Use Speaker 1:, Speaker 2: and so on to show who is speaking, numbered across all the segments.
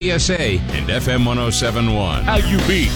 Speaker 1: ESA and FM 1071.
Speaker 2: How you be?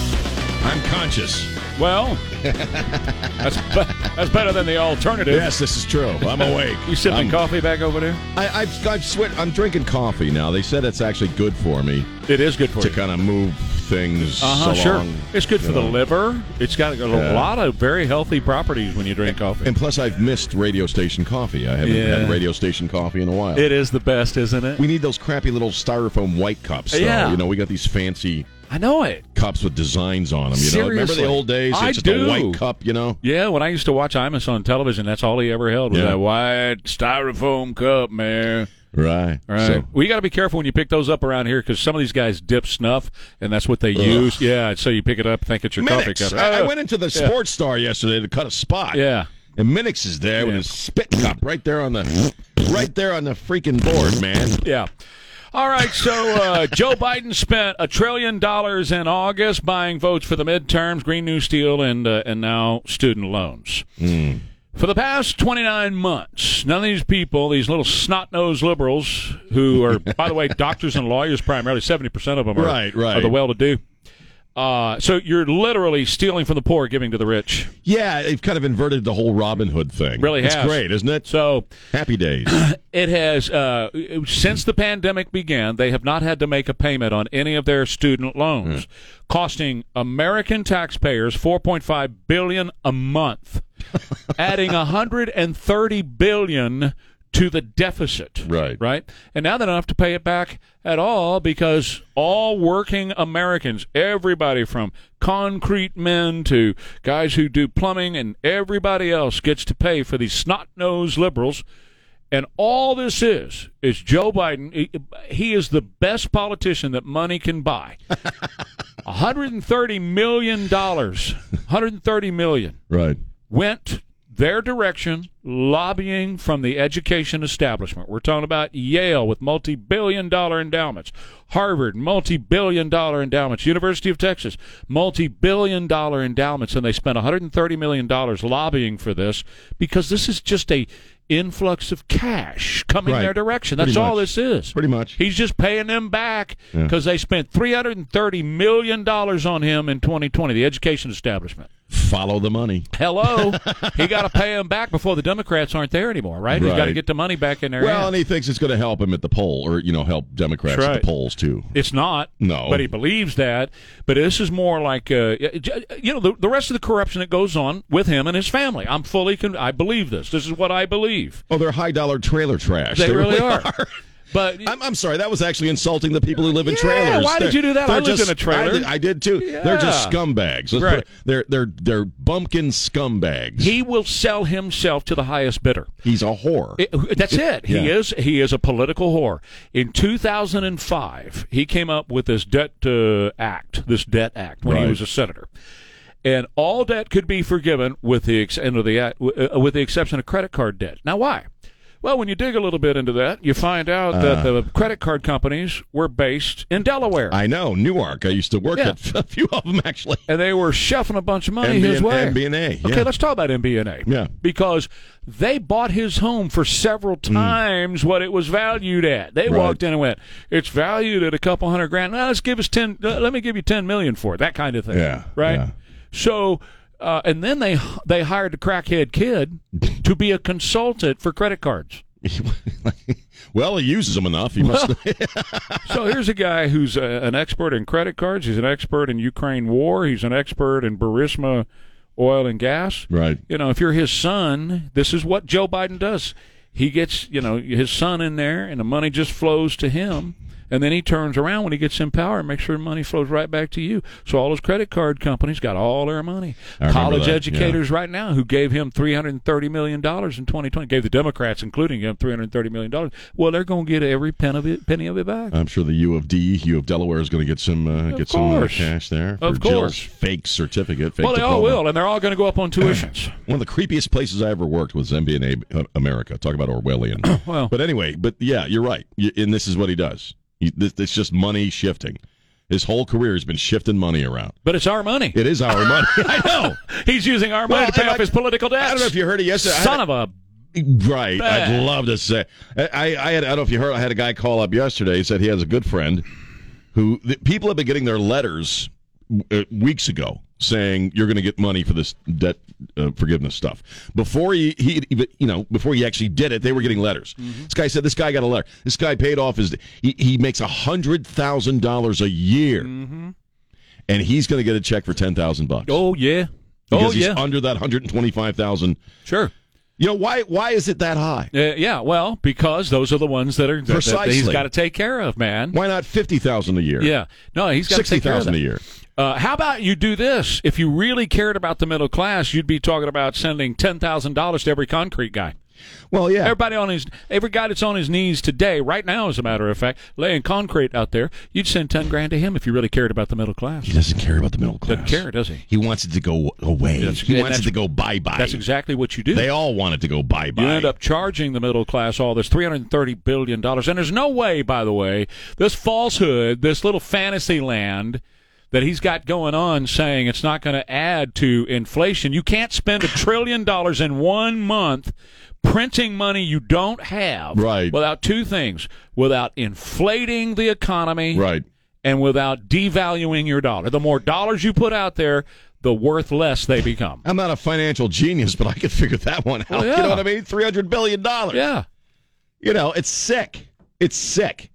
Speaker 1: I'm conscious.
Speaker 2: Well, that's, be- that's better than the alternative.
Speaker 1: Yes, this is true. I'm awake.
Speaker 2: You sipping
Speaker 1: I'm-
Speaker 2: coffee back over there?
Speaker 1: I, I've, I've sweat. I'm drinking coffee now. They said it's actually good for me
Speaker 2: It is good for
Speaker 1: to
Speaker 2: you.
Speaker 1: kind of move things
Speaker 2: Uh-huh,
Speaker 1: along.
Speaker 2: sure. It's good for
Speaker 1: you
Speaker 2: the
Speaker 1: know.
Speaker 2: liver. It's got a,
Speaker 1: Yeah.
Speaker 2: lot of very healthy properties when you drink coffee.
Speaker 1: And plus, I've missed radio station coffee. I haven't
Speaker 2: Yeah.
Speaker 1: had radio station coffee in a while.
Speaker 2: It is the best, isn't it?
Speaker 1: we need those crappy little styrofoam white cups. Though.
Speaker 2: Yeah.
Speaker 1: You know, we got these fancy
Speaker 2: I know it.
Speaker 1: cups with designs on them. You know, remember
Speaker 2: Seriously.
Speaker 1: the old days?
Speaker 2: I
Speaker 1: It's just
Speaker 2: do.
Speaker 1: a white cup. You know.
Speaker 2: Yeah, when I used to watch Imus on television, that's all he ever held was
Speaker 1: Yeah.
Speaker 2: that white styrofoam cup, man.
Speaker 1: Right.
Speaker 2: All right.
Speaker 1: So,
Speaker 2: well, you got to be careful when you pick those up around here because some of these guys dip snuff, and that's what they use. Yeah, so you pick it up, think it's your
Speaker 1: Minix.
Speaker 2: coffee cup.
Speaker 1: I, I
Speaker 2: Oh,
Speaker 1: went into the sports star yesterday to cut a spot.
Speaker 2: Yeah.
Speaker 1: And Minix is there with
Speaker 2: Yeah.
Speaker 1: his spit cup right there on the right there on the freaking board, man.
Speaker 2: Yeah. All right, so uh, Joe Biden spent a trillion dollars in August buying votes for the midterms, Green New Steel, and uh, and now student loans.
Speaker 1: Hmm.
Speaker 2: For the past 29 months, none of these people, these little snot-nosed liberals, who are, by the way, doctors and lawyers primarily, 70% of them are,
Speaker 1: Right, right.
Speaker 2: are the well-to-do. Uh, so you're literally stealing from the poor, giving to the rich.
Speaker 1: Yeah, they've kind of inverted the whole Robin Hood thing.
Speaker 2: Really
Speaker 1: it's
Speaker 2: has.
Speaker 1: great, isn't it?
Speaker 2: So
Speaker 1: Happy days.
Speaker 2: it has uh, since the pandemic began they have not had to make a payment on any of their student loans costing american taxpayers 4.5 billion a month adding 130 billion to the deficit
Speaker 1: Right.
Speaker 2: right and now they don't have to pay it back at all because all working americans everybody from concrete men to guys who do plumbing and everybody else gets to pay for these snot-nosed liberals and all this is is Joe Biden. He, he is the best politician that money can buy. 130 million dollars. 130 million
Speaker 1: right.
Speaker 2: went their direction lobbying from the education establishment. We're talking about Yale with multi billion dollar endowments, Harvard, multi billion dollar endowments, University of Texas, multi billion dollar endowments, and they spent $130 million lobbying for this because this is just a influx of cash coming
Speaker 1: Right.
Speaker 2: their direction.
Speaker 1: Pretty
Speaker 2: That's all
Speaker 1: much.
Speaker 2: this is.
Speaker 1: Pretty much.
Speaker 2: He's just paying them back because they spent $330 million on him in 2020, the education establishment.
Speaker 1: Follow the money.
Speaker 2: Hello, he got to pay him back before the Democrats aren't there anymore, right? He's got to
Speaker 1: Right.
Speaker 2: get the money back in there.
Speaker 1: Well, and he thinks it's going to help him at the poll, or you know, help Democrats
Speaker 2: That's
Speaker 1: at
Speaker 2: right.
Speaker 1: the polls too.
Speaker 2: it's not.
Speaker 1: No.
Speaker 2: but he believes that. But this is more like, uh, you know, the, the rest of the corruption that goes on with him and his family. I'm fully. Con- I believe this. This is what I believe.
Speaker 1: Oh, they're high dollar trailer trash.
Speaker 2: They, really, are. But
Speaker 1: I'm, I'm sorry. That was actually insulting the people who live in
Speaker 2: Yeah,
Speaker 1: trailers.
Speaker 2: why did you do that? I
Speaker 1: they're
Speaker 2: lived in a trailer.
Speaker 1: I did, I did too. They're just
Speaker 2: Yeah.
Speaker 1: scumbags. Let's put
Speaker 2: Right.
Speaker 1: it- They're they're they're bumpkin scumbags.
Speaker 2: he will sell himself to the highest bidder.
Speaker 1: He's a whore.
Speaker 2: It- that's it. He
Speaker 1: Yeah.
Speaker 2: is he is a political whore. In 2005, he came up with this debt uh, act, this debt act when
Speaker 1: Right.
Speaker 2: he was a senator. And all debt could be forgiven with the ex- and with the act- w- uh, with the exception of credit card debt. Now why? Well, when you dig a little bit into that, you find out that
Speaker 1: Uh.
Speaker 2: the credit card companies were based in Delaware.
Speaker 1: I know Newark. I used to work
Speaker 2: Yeah.
Speaker 1: at a few of them actually.
Speaker 2: and they were shuffling a bunch of money
Speaker 1: MBN
Speaker 2: his way.
Speaker 1: MBNA, yeah.
Speaker 2: Okay, let's talk about MBNA.
Speaker 1: Yeah.
Speaker 2: Because they bought his home for several times what it was valued at. They
Speaker 1: Mm. Right.
Speaker 2: walked in and went, "It's valued at a couple hundred grand. Now, let's give us ten. uh, Let me give you ten million for it. That kind of thing.
Speaker 1: Yeah,
Speaker 2: Right.
Speaker 1: yeah.
Speaker 2: So. Uh, and then they they hired a crackhead kid to be a consultant for credit cards.
Speaker 1: well, he uses them enough. He must.
Speaker 2: So here's a guy who's a, an expert in credit cards. He's an expert in Ukraine war. He's an expert in Burisma oil and gas.
Speaker 1: Right.
Speaker 2: You know, if you're his son, this is what Joe Biden does. He gets, you know, his son in there and the money just flows to him And then he turns around when he gets in power and makes sure money flows right back to you. So all his credit card companies got all their money.
Speaker 1: I remember
Speaker 2: College
Speaker 1: that,
Speaker 2: educators right now who gave him $330 million in 2020, gave the Democrats, including him, $330 million. Well, they're going to get every pen of it, penny of it back.
Speaker 1: I'm sure the U of D, U of Delaware, is going to get some uh, get some uh,
Speaker 2: course.
Speaker 1: cash there.
Speaker 2: Of
Speaker 1: for Jill's
Speaker 2: course.
Speaker 1: fake certificate. Fake
Speaker 2: well, they all
Speaker 1: diploma.
Speaker 2: will, and they're all going to go up on tuitions.
Speaker 1: One of the creepiest places I ever worked was MBNA uh, America. Talk about Orwellian.
Speaker 2: Well.
Speaker 1: but anyway, but yeah, you're right. Y- And this is what he does. He, this, it's just money shifting. His whole career has been shifting money around.
Speaker 2: but it's our money.
Speaker 1: It is our money. I know.
Speaker 2: He's using our money
Speaker 1: Well,
Speaker 2: to pay
Speaker 1: and
Speaker 2: off
Speaker 1: I-
Speaker 2: his political debts.
Speaker 1: I don't know if you heard it yesterday. I had
Speaker 2: Son
Speaker 1: a-
Speaker 2: of a.
Speaker 1: Right. I'd
Speaker 2: Bah.
Speaker 1: love to say. I, I, I had. I don't know if you heard. I had a guy call up yesterday. He said he has a good friend who the, people have been getting their letters uh, weeks ago saying you're going to get money for this debt uh, forgiveness stuff. Before he, he, you know, before he actually did it, they were getting letters.
Speaker 2: Mm-hmm.
Speaker 1: This guy said this guy got a letter. This guy paid off his. He, he makes a hundred thousand dollars a year, and he's going to get a check for ten thousand bucks.
Speaker 2: Mm-hmm. Oh, yeah. Oh,
Speaker 1: Because he's
Speaker 2: yeah.
Speaker 1: under that hundred and twenty-five thousand.
Speaker 2: sure.
Speaker 1: You know why? Why is it that high?
Speaker 2: Uh, yeah, well, because those are the ones that are that, that he's
Speaker 1: Precisely.
Speaker 2: got to take care of, man.
Speaker 1: Why not fifty thousand a year?
Speaker 2: Yeah, no, he's got
Speaker 1: sixty thousand a year.
Speaker 2: Uh, how about you do this? If you really cared about the middle class, you'd be talking about sending ten thousand dollars to every concrete guy.
Speaker 1: Well, yeah.
Speaker 2: Everybody on his, every guy that's on his knees today, right now, as a matter of fact, laying concrete out there, you'd send ten grand to him if you really cared about the middle
Speaker 1: he
Speaker 2: class.
Speaker 1: doesn't care about the middle class.
Speaker 2: Doesn't care, does he?
Speaker 1: He wants it to go away.
Speaker 2: That's-
Speaker 1: he
Speaker 2: and
Speaker 1: wants it
Speaker 2: that's-
Speaker 1: to go bye bye.
Speaker 2: That's exactly what you do.
Speaker 1: They all want it to go bye bye.
Speaker 2: You end up charging the middle class all this $330 billion. And there's no way, by the way, this falsehood, this little fantasy land that he's got going on saying it's not going to add to inflation. You can't spend a trillion dollars in one month printing money you don't have
Speaker 1: Right.
Speaker 2: without two things without inflating the economy
Speaker 1: right.
Speaker 2: and without devaluing your dollar. The more dollars you put out there, the worth less they become.
Speaker 1: I'm not a financial genius, but I could figure that one out.
Speaker 2: Well,
Speaker 1: You know
Speaker 2: yeah.
Speaker 1: what I mean? Three hundred billion dollars.
Speaker 2: Yeah.
Speaker 1: You know, it's sick. It's sick.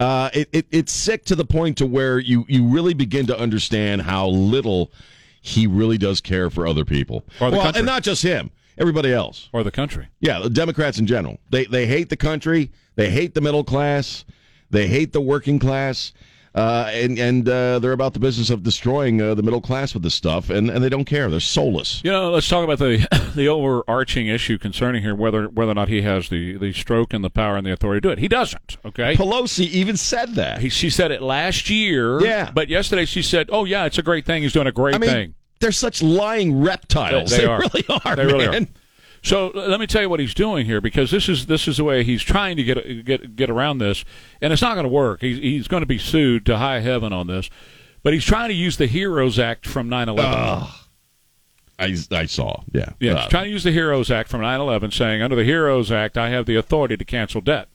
Speaker 1: Uh, it, it it's sick to the point to where you you really begin to understand how little he really does care for other people.
Speaker 2: Or the
Speaker 1: well,
Speaker 2: country.
Speaker 1: and not just him, everybody else.
Speaker 2: Or the country.
Speaker 1: Yeah, the Democrats in general. They they hate the country. They hate the middle class. They hate the working class. Uh, and and uh, they're about the business of destroying uh, the middle class with this stuff, and, and they don't care. They're soulless.
Speaker 2: You know, let's talk about the the overarching issue concerning here whether whether or not he has the, the stroke and the power and the authority to do it. He doesn't. Okay.
Speaker 1: Pelosi even said that.
Speaker 2: He, she said it last year.
Speaker 1: Yeah.
Speaker 2: But yesterday she said, "Oh yeah, it's a great thing. He's doing a great
Speaker 1: I mean,
Speaker 2: thing."
Speaker 1: they're such lying reptiles.
Speaker 2: They- they are.
Speaker 1: really are.
Speaker 2: They really are.
Speaker 1: man.
Speaker 2: So l- let me tell you what he's doing here because this is this is the way he's trying to get get get around this, and it's not going to work. He's he's going to be sued to high heaven on this, but he's trying to use the Heroes Act from 9/11.
Speaker 1: I I saw. Yeah.
Speaker 2: yeah,
Speaker 1: Uh,
Speaker 2: he's trying to use the Heroes Act from 9/11, saying under the Heroes Act I have the authority to cancel debt.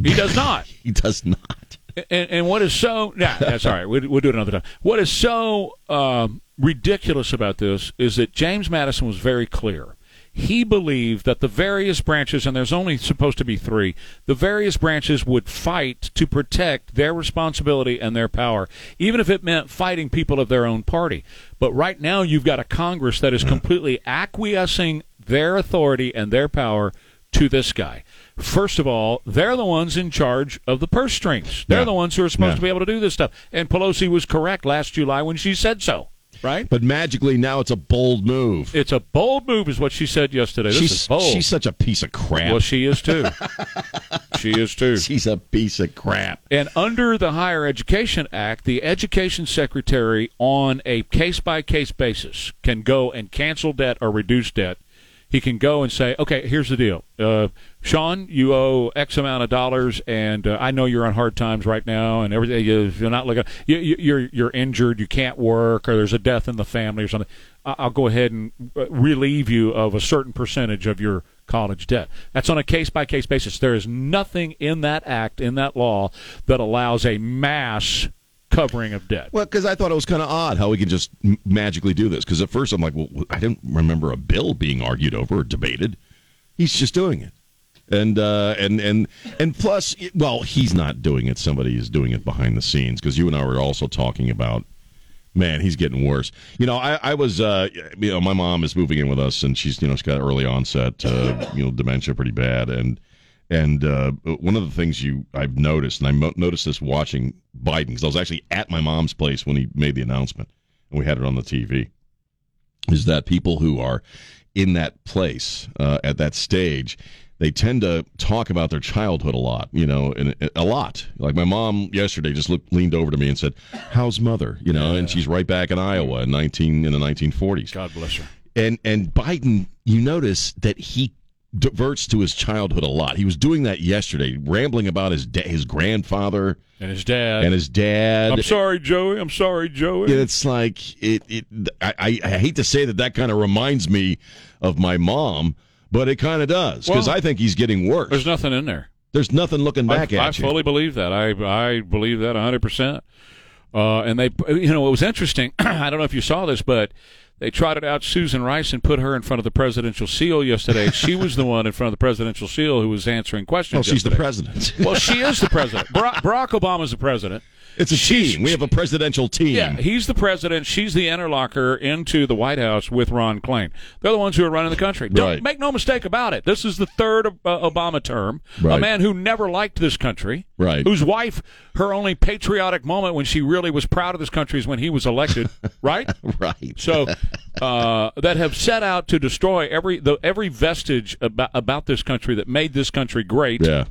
Speaker 2: He does not.
Speaker 1: he does not.
Speaker 2: and, and what is so nah, that's all right we'll, we'll do it another time what is so um, ridiculous about this is that james madison was very clear he believed that the various branches and there's only supposed to be three the various branches would fight to protect their responsibility and their power even if it meant fighting people of their own party but right now you've got a congress that is completely acquiescing their authority and their power to this guy. First of all, they're the ones in charge of the purse strings. They're
Speaker 1: Yeah.
Speaker 2: the ones who are supposed
Speaker 1: Yeah.
Speaker 2: to be able to do this stuff. And Pelosi was correct last July when she said so. Right?
Speaker 1: But magically now it's a bold move.
Speaker 2: It's a bold move, is what she said yesterday. This
Speaker 1: she's
Speaker 2: is bold.
Speaker 1: she's such a piece of crap.
Speaker 2: well, she is too. she is too.
Speaker 1: she's a piece of crap.
Speaker 2: And under the Higher Education Act, the education secretary, on a case by case basis, can go and cancel debt or reduce debt. He can go and say, okay, here's the deal. Uh, Sean, you owe X amount of dollars, and uh, I know you're on hard times right now, and everything. You, you're not looking. You, you, you're you're injured. You can't work, or there's a death in the family, or something. I- I'll go ahead and uh, relieve you of a certain percentage of your college debt. That's on a case by case basis. There is nothing in that act, in that law, that allows a mass covering of debt.
Speaker 1: Well, because I thought it was kind of odd how we can just m- magically do this. Because at first I'm like, well, I didn't remember a bill being argued over or debated. He's just doing it, and uh, and and and plus, well, he's not doing it. Somebody is doing it behind the scenes. Because you and I were also talking about, man, he's getting worse. You know, I, I was, uh, you know, my mom is moving in with us, and she's you know she's got early onset, uh, you know, dementia pretty bad, and And uh, one of the things you I've noticed, and I mo- noticed this watching Biden, because I was actually at my mom's place when he made the announcement, and we had it on the TV, is that people who are in that place uh, at that stage, they tend to talk about their childhood a lot, you know, and and a lot. Like my mom yesterday just looked, leaned over to me and said, "How's mother?" You know, and she's right back in Iowa in nineteen in the nineteen forties
Speaker 2: God bless her.
Speaker 1: and and Biden, you notice that he diverts to his childhood a lot. He was doing that yesterday, rambling about his da- his grandfather
Speaker 2: And his dad.
Speaker 1: and his dad.
Speaker 2: I'm sorry, Joey. I'm sorry, Joey.
Speaker 1: And it's like it. it I, I I hate to say that that kind of reminds me of my mom, but it kind of does because
Speaker 2: Well,
Speaker 1: I think he's getting worse.
Speaker 2: There's
Speaker 1: There's,
Speaker 2: nothing in there.
Speaker 1: nothing looking back
Speaker 2: I,
Speaker 1: at
Speaker 2: I
Speaker 1: you.
Speaker 2: fully believe that. I I believe that 100. percent uh, And they, you know, it was interesting. I don't know if you saw this, but they trotted out Susan Rice and put her in front of the presidential seal yesterday. she was the one in front of the presidential seal who was answering questions.
Speaker 1: oh, she's the
Speaker 2: yesterday.
Speaker 1: president.
Speaker 2: Well, she is the president. Barack, Barack Obama's the president.
Speaker 1: It's a
Speaker 2: She's-
Speaker 1: team. We have a presidential team.
Speaker 2: Yeah, he's the president. She's the interlocker into the White House with Ron Klain. They're the ones who are running the country. Don't
Speaker 1: Right.
Speaker 2: make no mistake about it. This is the third uh, Obama term. A
Speaker 1: Right.
Speaker 2: man who never liked this country.
Speaker 1: Right.
Speaker 2: Whose wife, her only patriotic moment when she really was proud of this country is when he was elected. right.
Speaker 1: Right.
Speaker 2: So uh, that have set out to destroy every the, every vestige about about this country that made this country great.
Speaker 1: Yeah.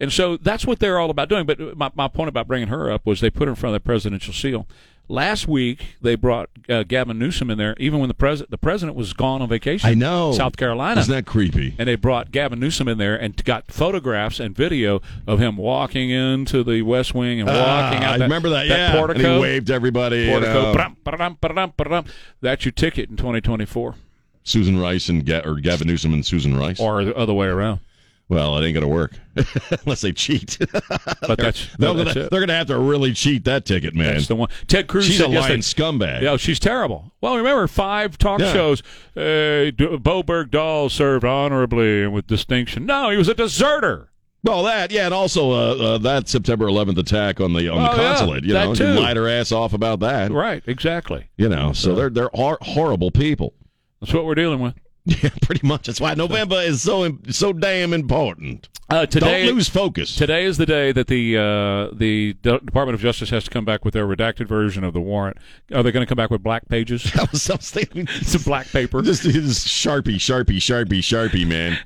Speaker 2: And so that's what they're all about doing. But my, my point about bringing her up was they put her in front of the presidential seal. Last week they brought uh, Gavin Newsom in there, even when the president the president was gone on vacation.
Speaker 1: I know.
Speaker 2: South Carolina.
Speaker 1: Isn't that creepy?
Speaker 2: and they brought Gavin Newsom in there and got photographs and video of him walking into the West Wing and walking
Speaker 1: Ah,
Speaker 2: out.
Speaker 1: I
Speaker 2: that-
Speaker 1: remember that.
Speaker 2: that
Speaker 1: yeah.
Speaker 2: portico.
Speaker 1: And he waved um, everybody. you
Speaker 2: Portico.
Speaker 1: know.
Speaker 2: Ba-dum, ba-dum, ba-dum, ba-dum. That's your ticket in 2024,
Speaker 1: Susan Rice and Ga- or Gavin Newsom and Susan Rice.
Speaker 2: or the other way around.
Speaker 1: well, it ain't gonna work unless they cheat.
Speaker 2: But that's,
Speaker 1: they're,
Speaker 2: that's
Speaker 1: gonna,
Speaker 2: it.
Speaker 1: they're gonna have to really cheat that ticket, man.
Speaker 2: That's the one. Ted Cruz
Speaker 1: She's
Speaker 2: said
Speaker 1: a lying
Speaker 2: yesterday-
Speaker 1: scumbag.
Speaker 2: Yeah, she's terrible. Well, remember five talk
Speaker 1: Yeah.
Speaker 2: shows. Uh, D- Boberg Dahl served honorably and with distinction. No, he was a deserter.
Speaker 1: Well, that yeah, and also uh, uh, that September 11th attack on the on
Speaker 2: Oh,
Speaker 1: the
Speaker 2: yeah,
Speaker 1: consulate. you
Speaker 2: that
Speaker 1: know,
Speaker 2: too.
Speaker 1: she lied her ass off about that.
Speaker 2: Right, exactly.
Speaker 1: You know, so they're they're hor- horrible people.
Speaker 2: That's what we're dealing with
Speaker 1: Yeah, pretty much. That's why November is so im- so damn important.
Speaker 2: uh, today.
Speaker 1: Don't lose focus.
Speaker 2: Today is the day that the uh, the De- Department of Justice has to come back with their redacted version of the warrant. Are they going to come back with black pages?
Speaker 1: I was, I was thinking-
Speaker 2: Some black paper.
Speaker 1: Just, just sharpie, sharpie, sharpie, sharpie, man.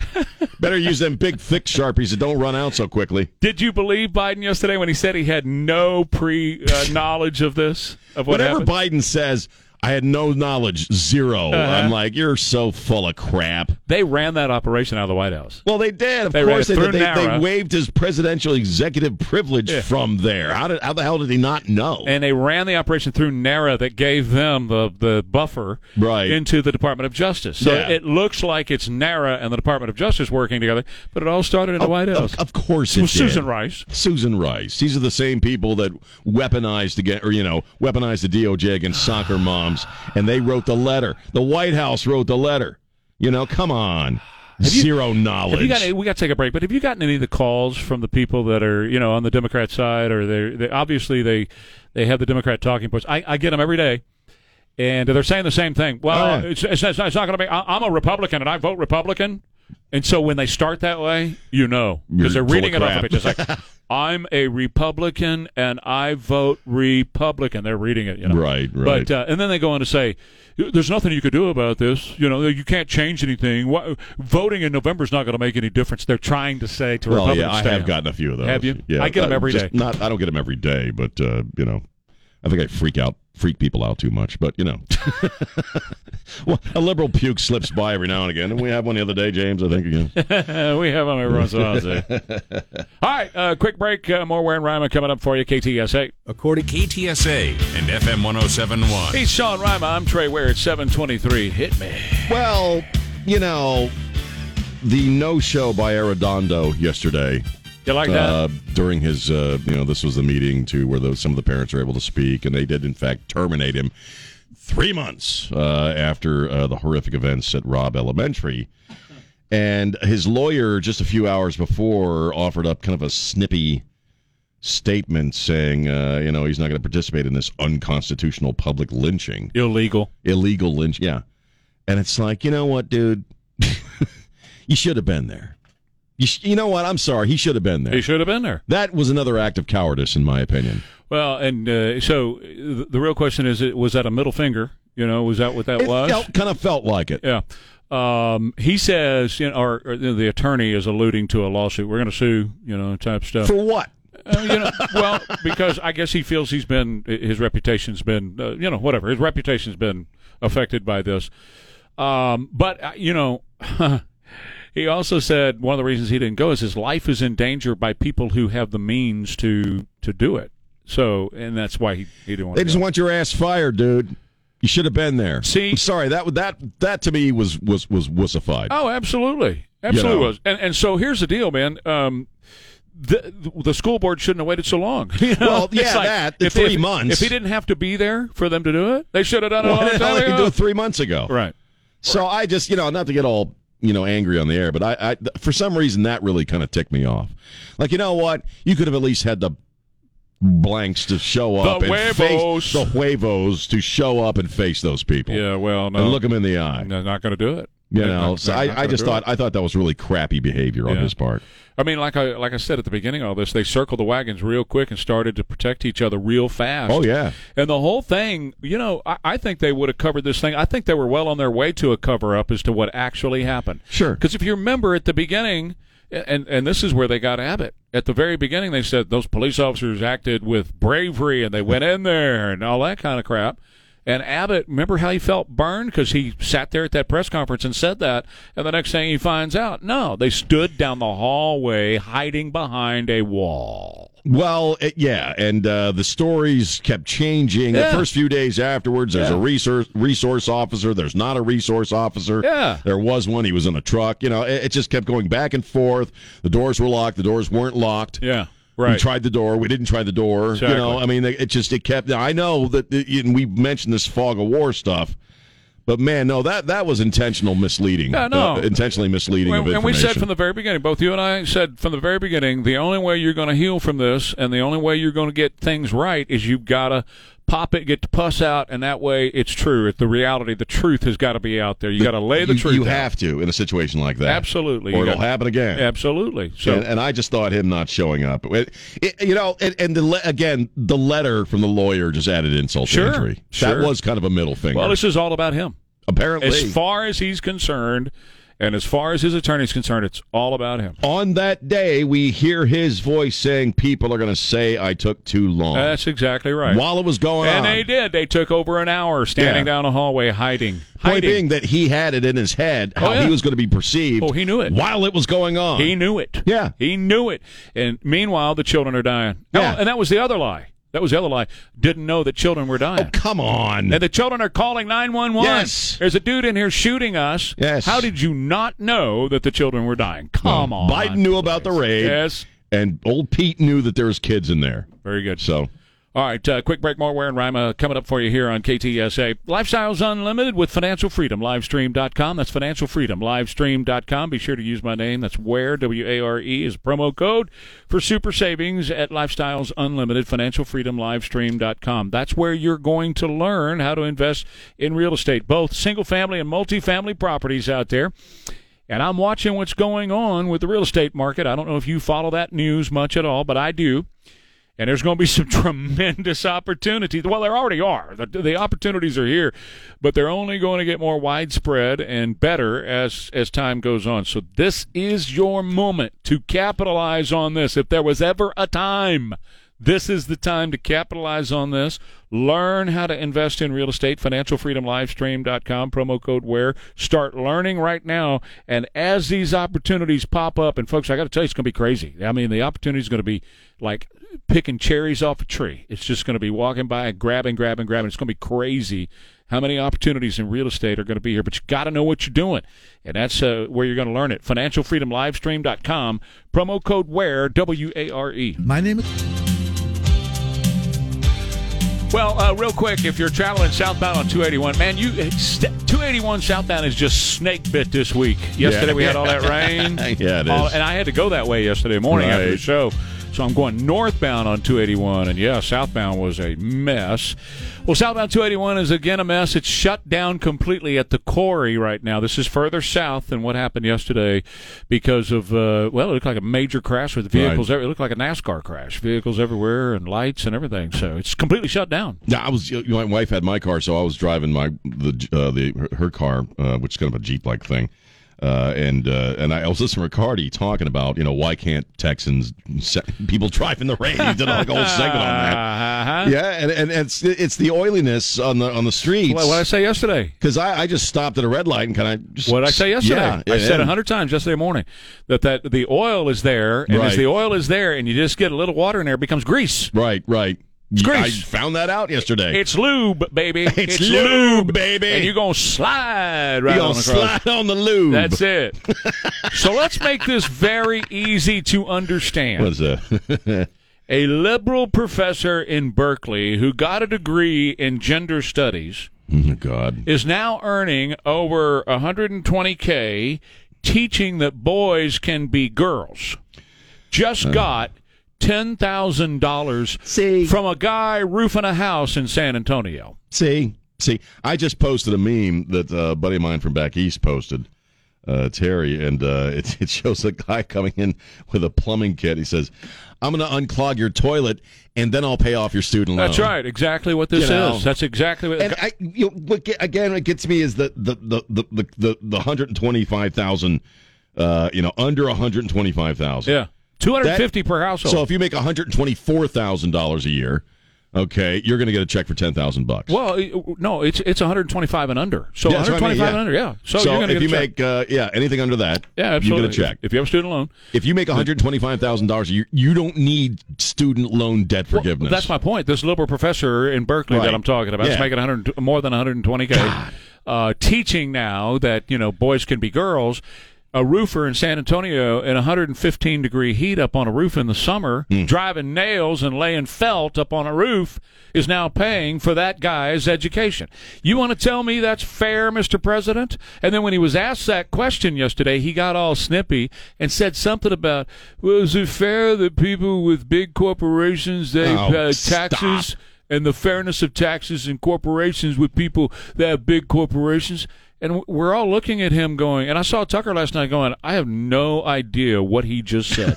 Speaker 1: Better use them big, thick sharpies that don't run out so quickly.
Speaker 2: Did you believe Biden yesterday when he said he had no pre uh, knowledge of this of what
Speaker 1: Whatever
Speaker 2: happened?
Speaker 1: Biden says, I had no knowledge, 0 i I'm like, you're so full of crap.
Speaker 2: they ran that operation out of the White House.
Speaker 1: Well, they did. Of
Speaker 2: They ran
Speaker 1: course,
Speaker 2: it
Speaker 1: they, did.
Speaker 2: through
Speaker 1: they, they
Speaker 2: NARA.
Speaker 1: waived his presidential executive privilege
Speaker 2: Yeah.
Speaker 1: from there. How did? How the hell did he not know?
Speaker 2: and they ran the operation through NARA that gave them the, the buffer
Speaker 1: Right.
Speaker 2: into the Department of Justice. So
Speaker 1: Yeah.
Speaker 2: it looks like it's NARA and the Department of Justice working together, but it all started in the White House.
Speaker 1: of, of course, it
Speaker 2: Well, Susan
Speaker 1: did.
Speaker 2: Rice.
Speaker 1: Susan Rice. These are the same people that weaponized again, or you know, weaponized the DOJ against soccer moms, and they wrote the letter. The White House wrote the letter. You know, come on, zero knowledge.
Speaker 2: Have you got, any- we got to take a break, but have you gotten any of the calls from the people that are, you know, on the Democrat side, or they they obviously they they have the Democrat talking points? I, I get them every day, and they're saying the same thing. Well,
Speaker 1: Oh, yeah.
Speaker 2: it's, it's, it's not, going to be. I, I'm a Republican and I vote Republican, and so when they start that way, you know,
Speaker 1: You're
Speaker 2: because they're
Speaker 1: full
Speaker 2: reading
Speaker 1: of
Speaker 2: it off
Speaker 1: crap.
Speaker 2: of it just like. I'm a Republican and I vote Republican. They're reading it, you know.
Speaker 1: Right, right.
Speaker 2: But uh, and then they go on to say, "There's nothing you could do about this. You know, you can't change anything. Wha- Voting in November is not going to make any difference." They're trying to say to
Speaker 1: well,
Speaker 2: Republicans,
Speaker 1: yeah, I
Speaker 2: stay
Speaker 1: have
Speaker 2: out.
Speaker 1: gotten a few of those.
Speaker 2: Have you?
Speaker 1: Yeah,
Speaker 2: I get 'em
Speaker 1: uh,
Speaker 2: every
Speaker 1: just
Speaker 2: day.
Speaker 1: Not, I don't get them every day, but uh, you know, I think I freak out, freak people out too much. But you know, well, a liberal puke slips by every now and again, and we have one the other day, James. I think again.
Speaker 2: Uh, we have them every once in a while. too. All right, uh, quick break. Uh, more Warren Ryman coming up for you. KTSA.
Speaker 3: According to KTSA and FM 1071.
Speaker 2: He's Sean Ryman. I'm Trey Ware. It's 7:23. Hit me.
Speaker 1: Well, you know, the no-show by Arredondo yesterday
Speaker 2: You like that?
Speaker 1: uh, during his, uh, you know, this was the meeting to where those some of the parents were able to speak, and they did in fact terminate him three months uh, after uh, the horrific events at Rob Elementary. And his lawyer, just a few hours before, offered up kind of a snippy statement saying, uh, you know, he's not going to participate in this unconstitutional public lynching
Speaker 2: Illegal.
Speaker 1: illegal lynch. Yeah. And it's like, you know what, dude? you should have been there. You, sh- you know what? I'm sorry. He should have been
Speaker 2: He
Speaker 1: there.
Speaker 2: should have been there.
Speaker 1: That was another act of cowardice, in my opinion.
Speaker 2: Well, and uh, so uh, the, the real question is, it- was that a middle finger? You know, was that what that was?
Speaker 1: felt, kind of felt like it.
Speaker 2: Yeah. Um, he says, you know, or, or the the attorney is alluding to a lawsuit. We're going to sue, you know, type stuff.
Speaker 1: For what?
Speaker 2: Uh, you know, well, because I guess he feels he's been his reputation's been uh, you know whatever his reputation's been affected by this. Um, but uh, you know, he also said one of the reasons he didn't go is his life is in danger by people who have the means to to do it. So, and that's why he, he didn't want
Speaker 1: They
Speaker 2: to.
Speaker 1: just
Speaker 2: go.
Speaker 1: want your ass fired, dude. You should have been there.
Speaker 2: See-
Speaker 1: I'm sorry. That that that to me was was was wussified.
Speaker 2: Oh, absolutely, absolutely
Speaker 1: You know.
Speaker 2: was. And and so here's the deal, man. Um, the the school board shouldn't have waited so long. You know,
Speaker 1: Well, yeah,
Speaker 2: it's like,
Speaker 1: that, the
Speaker 2: if they-
Speaker 1: three months.
Speaker 2: If he didn't have to be there for them to do it, they should have done it a
Speaker 1: Why
Speaker 2: long
Speaker 1: the hell
Speaker 2: time
Speaker 1: did you
Speaker 2: ago.
Speaker 1: do it three months ago?
Speaker 2: Right.
Speaker 1: So I just, you know, not to get all, you know, angry on the air, but I, I th- for some reason, that really kind of ticked me off. Like, you know what? You could have at least had the blanks to show up and face
Speaker 2: huevos.
Speaker 1: the huevos to show up and face those people.
Speaker 2: Yeah, well, no.
Speaker 1: And look them in the eye.
Speaker 2: No, not going to do it.
Speaker 1: You
Speaker 2: They're
Speaker 1: know,
Speaker 2: not-
Speaker 1: so
Speaker 2: they're not
Speaker 1: I, I
Speaker 2: gonna
Speaker 1: just
Speaker 2: do it.
Speaker 1: thought I thought that was really crappy behavior on
Speaker 2: Yeah.
Speaker 1: his part.
Speaker 2: I mean, like I like I said at the beginning of all this, they circled the wagons real quick and started to protect each other real fast.
Speaker 1: Oh yeah,
Speaker 2: And the whole thing, you know, I, I think they would have covered this thing. I think they were well on their way to a cover up as to what actually happened.
Speaker 1: Sure.
Speaker 2: Because if you remember at the beginning, and and this is where they got Abbott. At the very beginning, they said those police officers acted with bravery and they went in there and all that kind of crap. And Abbott, remember how he felt burned because he sat there at that press conference and said that, and the next thing he finds out, no, they stood down the hallway hiding behind a wall.
Speaker 1: Well, it, yeah, and uh, the stories kept changing.
Speaker 2: Yeah.
Speaker 1: The first few days afterwards, there's a resource resource officer. There's not a resource officer.
Speaker 2: Yeah.
Speaker 1: there was one. He was in a truck. You know, it, it just kept going back and forth. The doors were locked. The doors weren't locked.
Speaker 2: Yeah,
Speaker 1: We tried the door. We didn't try the door.
Speaker 2: Exactly.
Speaker 1: You know, I mean, it just it kept. I know that and we mentioned this fog of war stuff, but man, no, that that was intentional misleading.
Speaker 2: Yeah, no.
Speaker 1: Uh, intentionally misleading
Speaker 2: Well,
Speaker 1: of
Speaker 2: and we
Speaker 1: information.
Speaker 2: said from the very beginning, both you and I said from the very beginning, the only way you're going to heal from this and the only way you're going to get things right is you've got to pop it, get the pus out, and that way it's true. It's the reality, the truth has got to be out there. You got to lay the
Speaker 1: you,
Speaker 2: truth
Speaker 1: You
Speaker 2: out.
Speaker 1: have to in a situation like that.
Speaker 2: Absolutely.
Speaker 1: Or
Speaker 2: You
Speaker 1: it'll
Speaker 2: got-
Speaker 1: happen again.
Speaker 2: Absolutely. So,
Speaker 1: and, and I just thought him not showing up. It- it- you know, and, and the le- again, the letter from the lawyer just added insult
Speaker 2: Sure,
Speaker 1: to injury.
Speaker 2: sure.
Speaker 1: That was kind of a middle finger.
Speaker 2: well, this is all about him.
Speaker 1: Apparently,
Speaker 2: As far as he's concerned, and as far as his attorney's concerned, it's all about him.
Speaker 1: on that day, we hear his voice saying, "People are going to say I took too long."
Speaker 2: That's exactly right.
Speaker 1: While it was going
Speaker 2: and
Speaker 1: on,
Speaker 2: they did. They took over an hour standing
Speaker 1: Yeah.
Speaker 2: down a hallway hiding.
Speaker 1: Point
Speaker 2: hiding.
Speaker 1: being that he had it in his head how
Speaker 2: Oh, yeah.
Speaker 1: he was going to be perceived.
Speaker 2: Oh, he knew it.
Speaker 1: while it was going on.
Speaker 2: He knew it.
Speaker 1: Yeah.
Speaker 2: He knew it. And meanwhile, the children are dying.
Speaker 1: Yeah.
Speaker 2: Oh, and that was the other lie. That was the other lie. Didn't know that children were dying.
Speaker 1: oh, come on.
Speaker 2: and the children are calling 911.
Speaker 1: Yes.
Speaker 2: There's a dude in here shooting us.
Speaker 1: Yes.
Speaker 2: How did you not know that the children were dying? Come on.
Speaker 1: Biden knew about the raid.
Speaker 2: Yes.
Speaker 1: And old Pete knew that there was kids in there.
Speaker 2: Very good.
Speaker 1: So
Speaker 2: All right, uh, quick break. More Ware and Rima coming up for you here on KTSA. Lifestyles Unlimited with Financial Freedom, livestream.com. That's Financial Freedom, livestream.com. Be sure to use my name. That's Ware, W A R E, is promo code for super savings at Lifestyles Unlimited, Financial Freedom, livestream.com. That's where you're going to learn how to invest in real estate, both single family and multifamily properties out there. And I'm watching what's going on with the real estate market. I don't know if you follow that news much at all, but I do and there's going to be some tremendous opportunities. Well, there already are. The, the opportunities are here, but they're only going to get more widespread and better as as time goes on. So this is your moment to capitalize on this. If there was ever a time. This is the time to capitalize on this. Learn how to invest in real estate. FinancialFreedomLivestream.com, promo code WHERE. Start learning right now. And as these opportunities pop up, and folks, I got to tell you, it's going to be crazy. I mean, the opportunity is going to be like picking cherries off a tree. It's just going to be walking by and grabbing, grabbing, grabbing. It's going to be crazy how many opportunities in real estate are going to be here. But you got to know what you're doing, and that's uh, where you're going to learn it. FinancialFreedomLivestream.com, promo code WHERE, W A R E.
Speaker 4: My name is.
Speaker 2: Well, uh, real quick, if you're traveling southbound on 281, man, you uh, it's- 281 southbound is just snake bit this week. Yesterday we had all that rain.
Speaker 1: Yeah, it
Speaker 2: All-
Speaker 1: is.
Speaker 2: and I had to go that way yesterday morning after the
Speaker 1: Right.
Speaker 2: show. So I'm going northbound on 281, and yeah, southbound was a mess. Well, southbound 281 is again a mess. It's shut down completely at the quarry right now. This is further south than what happened yesterday because of, uh, well, it looked like a major crash with vehicles. every It looked like a NASCAR crash. Vehicles everywhere and lights and everything. So it's completely shut down.
Speaker 1: Yeah, I was. you know, My wife had my car, so I was driving my the uh, the her- her car, uh, which is kind of a Jeep like thing, uh, and uh, and I was listening to Riccardi talking about you know why can't Texans se- people drive in the rain? He did like a whole segment on that.
Speaker 2: Uh-huh.
Speaker 1: Yeah, and, and it's it's the oiliness on the on the streets.
Speaker 2: What, what I say yesterday?
Speaker 1: Because I, I just stopped at a red light and kind of just.
Speaker 2: What I say yesterday?
Speaker 1: Yeah,
Speaker 2: I said a
Speaker 1: and-
Speaker 2: hundred times yesterday morning that that the oil is there, and
Speaker 1: Right.
Speaker 2: as the oil is there, and you just get a little water in there, it becomes grease.
Speaker 1: Right, right. I
Speaker 2: grease.
Speaker 1: found that out yesterday.
Speaker 2: It's lube, baby. It's,
Speaker 1: lube, baby.
Speaker 2: and you're gonna slide right
Speaker 1: You're
Speaker 2: on
Speaker 1: gonna
Speaker 2: across.
Speaker 1: slide on the lube.
Speaker 2: That's it. so let's make this very easy to understand.
Speaker 1: What is that?
Speaker 2: a liberal professor in Berkeley who got a degree in gender studies
Speaker 1: oh, God.
Speaker 2: is now earning over 120k teaching that boys can be girls. Just got ten thousand dollars
Speaker 1: Uh. See.
Speaker 2: from a guy roofing a house in San Antonio.
Speaker 1: See, see, I just posted a meme that uh, a buddy of mine from back east posted, uh, Terry, and uh, it, it shows a guy coming in with a plumbing kit. He says, "I'm going to unclog your toilet, and then I'll pay off your student loan."
Speaker 2: That's right, exactly what this
Speaker 1: Um, You know.
Speaker 2: is. That's exactly what.
Speaker 1: And I, you know, what ge- again, what gets me is the the the the the, the, the hundred and twenty five thousand, uh, you know, under one hundred twenty five thousand.
Speaker 2: yeah, two hundred fifty
Speaker 1: That-
Speaker 2: per household.
Speaker 1: So if you make one hundred twenty four thousand dollars a year, okay, you're going to get a check for ten thousand bucks.
Speaker 2: well, it- no, it's it's 125 and under. So
Speaker 1: Yeah, that's what I
Speaker 2: 125
Speaker 1: mean,
Speaker 2: and under, yeah. So,
Speaker 1: So,
Speaker 2: you're gonna
Speaker 1: if
Speaker 2: get a
Speaker 1: you
Speaker 2: check.
Speaker 1: make uh, yeah anything under that,
Speaker 2: yeah, absolutely.
Speaker 1: you get a check.
Speaker 2: If you have a student loan,
Speaker 1: If you make one hundred twenty five thousand dollars a year, you don't need student loan debt
Speaker 2: Well,
Speaker 1: forgiveness.
Speaker 2: that's my point. This liberal professor in Berkeley
Speaker 1: Right.
Speaker 2: that I'm talking about is
Speaker 1: Yeah.
Speaker 2: making 100, more than 120k, uh, teaching now that you know boys can be girls. A roofer in San Antonio in 115 degree heat up on a roof in the summer,
Speaker 1: Hmm.
Speaker 2: driving nails and laying felt up on a roof, is now paying for that guy's education. You want to tell me that's fair, Mr. President? And then when he was asked that question yesterday, he got all snippy and said something about, well, is it fair that people with big corporations, they
Speaker 1: Oh,
Speaker 2: pay
Speaker 1: stop.
Speaker 2: taxes and the fairness of taxes and corporations with people that have big corporations. And w- we're all looking at him going, and I saw Tucker last night going, I have no idea what he just said.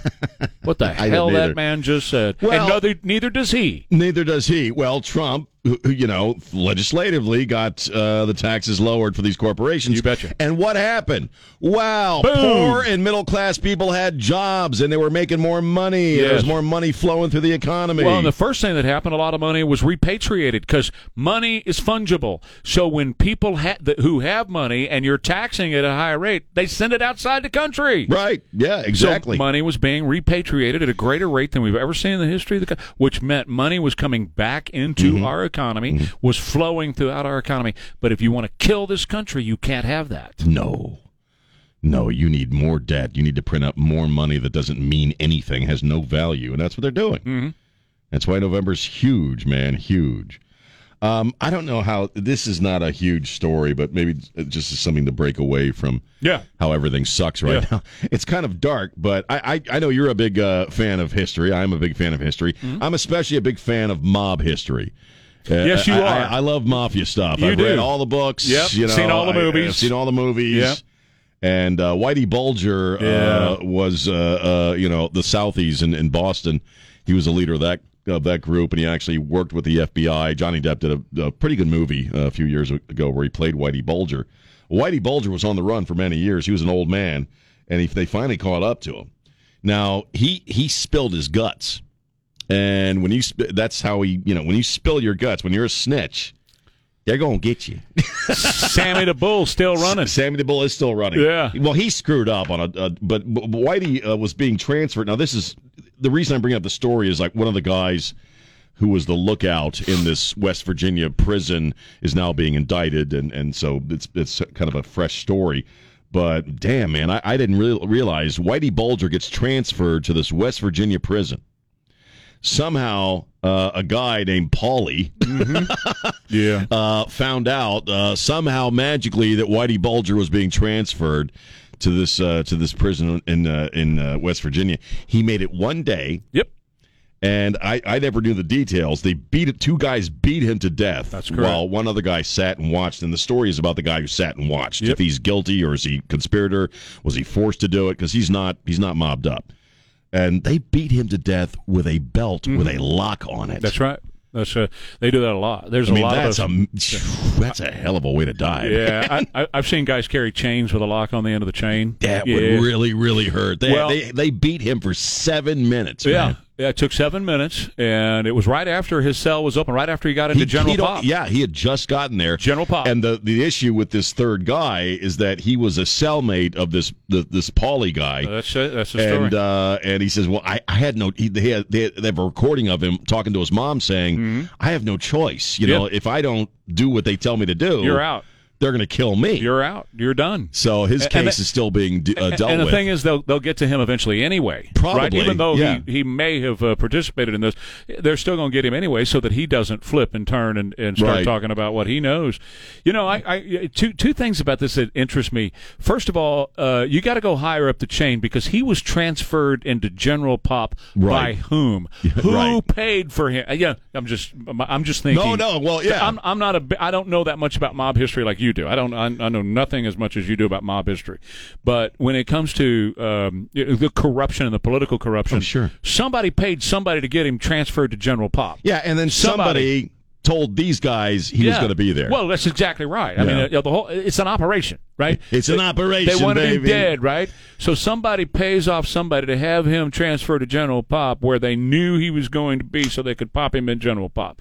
Speaker 2: what the
Speaker 1: didn't
Speaker 2: hell
Speaker 1: either.
Speaker 2: that man just said.
Speaker 1: Well-
Speaker 2: and neither, neither does he.
Speaker 1: Neither does he. Well, Trump, who- who, you know, legislatively got uh, the taxes lowered for these corporations.
Speaker 2: You betcha.
Speaker 1: And what happened? Wow,
Speaker 2: Boom.
Speaker 1: poor and middle class people had jobs and they were making more money. There
Speaker 2: Yes.
Speaker 1: was more money flowing through the economy.
Speaker 2: Well, and the first thing that happened, a lot of money was repatriated because money is fungible. So when people ha- th- who have money and you're taxing it at a high rate, they send it outside the country.
Speaker 1: right? Yeah, exactly.
Speaker 2: So money was being repatriated at a greater rate than we've ever seen in the history of the country, which meant money was coming back into
Speaker 1: Mm-hmm.
Speaker 2: our economy, was flowing throughout our economy. But if you want to kill this country, you can't have that.
Speaker 1: no. No, you need more debt. You need to print up more money that doesn't mean anything, has no value, and that's what they're doing. That's why November's huge, man, huge. Um, I don't know how this is not a huge story, but maybe it just is something to break away from
Speaker 2: Yeah.
Speaker 1: how everything sucks right
Speaker 2: Yeah.
Speaker 1: now. It's kind of dark, but I, I, I know you're a big uh, fan of history. I'm a big fan of history.
Speaker 2: Mm-hmm.
Speaker 1: I'm especially a big fan of mob history. Uh,
Speaker 2: Yes, you
Speaker 1: I- I,
Speaker 2: are.
Speaker 1: I love mafia stuff.
Speaker 2: You
Speaker 1: I've read
Speaker 2: do.
Speaker 1: all the books.
Speaker 2: Yep.
Speaker 1: You know,
Speaker 2: Seen all the
Speaker 1: I- I've
Speaker 2: movies.
Speaker 1: seen all the movies.
Speaker 2: Yep.
Speaker 1: And uh, Whitey Bulger
Speaker 2: Yeah.
Speaker 1: uh, was, uh, uh, you know, the Southies in, in Boston. He was a leader of that of that group, and he actually worked with the FBI. Johnny Depp did a, a pretty good movie uh, a few years ago where he played Whitey Bulger. Whitey Bulger was on the run for many years. He was an old man, and he, they finally caught up to him. Now he he spilled his guts, and when you sp- that's how he you know when you spill your guts when you're a snitch, they're gonna get you.
Speaker 2: Sammy the Bull still running.
Speaker 1: Sammy the Bull is still running.
Speaker 2: Yeah.
Speaker 1: Well, he screwed up on a, a but, but Whitey uh, was being transferred. Now, this is the reason I bring up the story is like one of the guys who was the lookout in this West Virginia prison is now being indicted, and and so it's it's kind of a fresh story. But damn, man, I, I didn't real realize Whitey Bulger gets transferred to this West Virginia prison. Somehow, uh, a guy named Paulie
Speaker 2: Yeah.
Speaker 1: uh, found out uh, somehow magically that Whitey Bulger was being transferred to this uh, to this prison in uh, in uh, West Virginia. He made it one day
Speaker 2: Yep.
Speaker 1: And I, I never knew the details. They beat two guys beat him to death.
Speaker 2: That's correct.
Speaker 1: While one other guy sat and watched. And the story is about the guy who sat and watched.
Speaker 2: Yep.
Speaker 1: If he's guilty or is he conspirator? Was he forced to do it? Because he's not he's not mobbed up. And they beat him to death with a belt with a lock on it.
Speaker 2: Mm-hmm. That's right. That's uh, they do that a lot. There's
Speaker 1: I mean,
Speaker 2: a lot
Speaker 1: that's
Speaker 2: of those-
Speaker 1: a that's a hell of a way to die.
Speaker 2: yeah, I, I, I've seen guys carry chains with a lock on the end of the chain.
Speaker 1: That
Speaker 2: yeah.
Speaker 1: would really, really hurt. They,
Speaker 2: Well-
Speaker 1: they they beat him for seven minutes.
Speaker 2: Yeah,
Speaker 1: man.
Speaker 2: yeah. It took seven minutes, and it was right after his cell was open, right after he got into
Speaker 1: He-
Speaker 2: General
Speaker 1: he'd al-
Speaker 2: Pop.
Speaker 1: Yeah, he had just gotten there.
Speaker 2: General Pop.
Speaker 1: And the, the issue with this third guy is that he was a cellmate of this the, this Pauly guy.
Speaker 2: that's it. That's the Uh, story.
Speaker 1: and uh, and he says, "Well, I, I had no." He, they, had, they, had, they have a recording of him talking to his mom saying, "I have no choice. You
Speaker 2: Mm-hmm. Yeah.
Speaker 1: know, if I don't do what they tell me to do,
Speaker 2: You're out.
Speaker 1: They're going to kill me."
Speaker 2: You're out. You're done.
Speaker 1: so his
Speaker 2: And-
Speaker 1: case
Speaker 2: and the-
Speaker 1: is still being d- uh, dealt
Speaker 2: and the
Speaker 1: with.
Speaker 2: thing is, they'll they'll get to him eventually anyway. right?
Speaker 1: Probably,
Speaker 2: even though
Speaker 1: yeah.
Speaker 2: he, he may have uh, participated in this, they're still going to get him anyway, so that he doesn't flip and turn and, and start
Speaker 1: Right.
Speaker 2: talking about what he knows. You know, I, I two two things about this that interest me. First of all, uh, you got to go higher up the chain because he was transferred into General Pop
Speaker 1: Right.
Speaker 2: by whom? Who
Speaker 1: right.
Speaker 2: paid for him? Uh, Yeah, I'm just I'm just thinking.
Speaker 1: no, no. Well, yeah.
Speaker 2: I'm, I'm not a. bi- I don't know that much about mob history like you do. I don't. I, I know nothing as much as you do about mob history. But when it comes to um, y- the corruption and the political corruption,
Speaker 1: Oh, sure.
Speaker 2: somebody paid somebody to get him transferred to General Pop.
Speaker 1: Yeah, and then
Speaker 2: Somebody-
Speaker 1: somebody, told these guys he was
Speaker 2: Yeah.
Speaker 1: going to be there.
Speaker 2: Well, that's exactly right. I mean,
Speaker 1: Yeah.
Speaker 2: uh, the whole it's an operation, right?
Speaker 1: It's an
Speaker 2: They-
Speaker 1: operation,
Speaker 2: They wanted him
Speaker 1: baby.
Speaker 2: dead, right? So somebody pays off somebody to have him transfer to General Pop, where they knew he was going to be, so they could pop him in General Pop.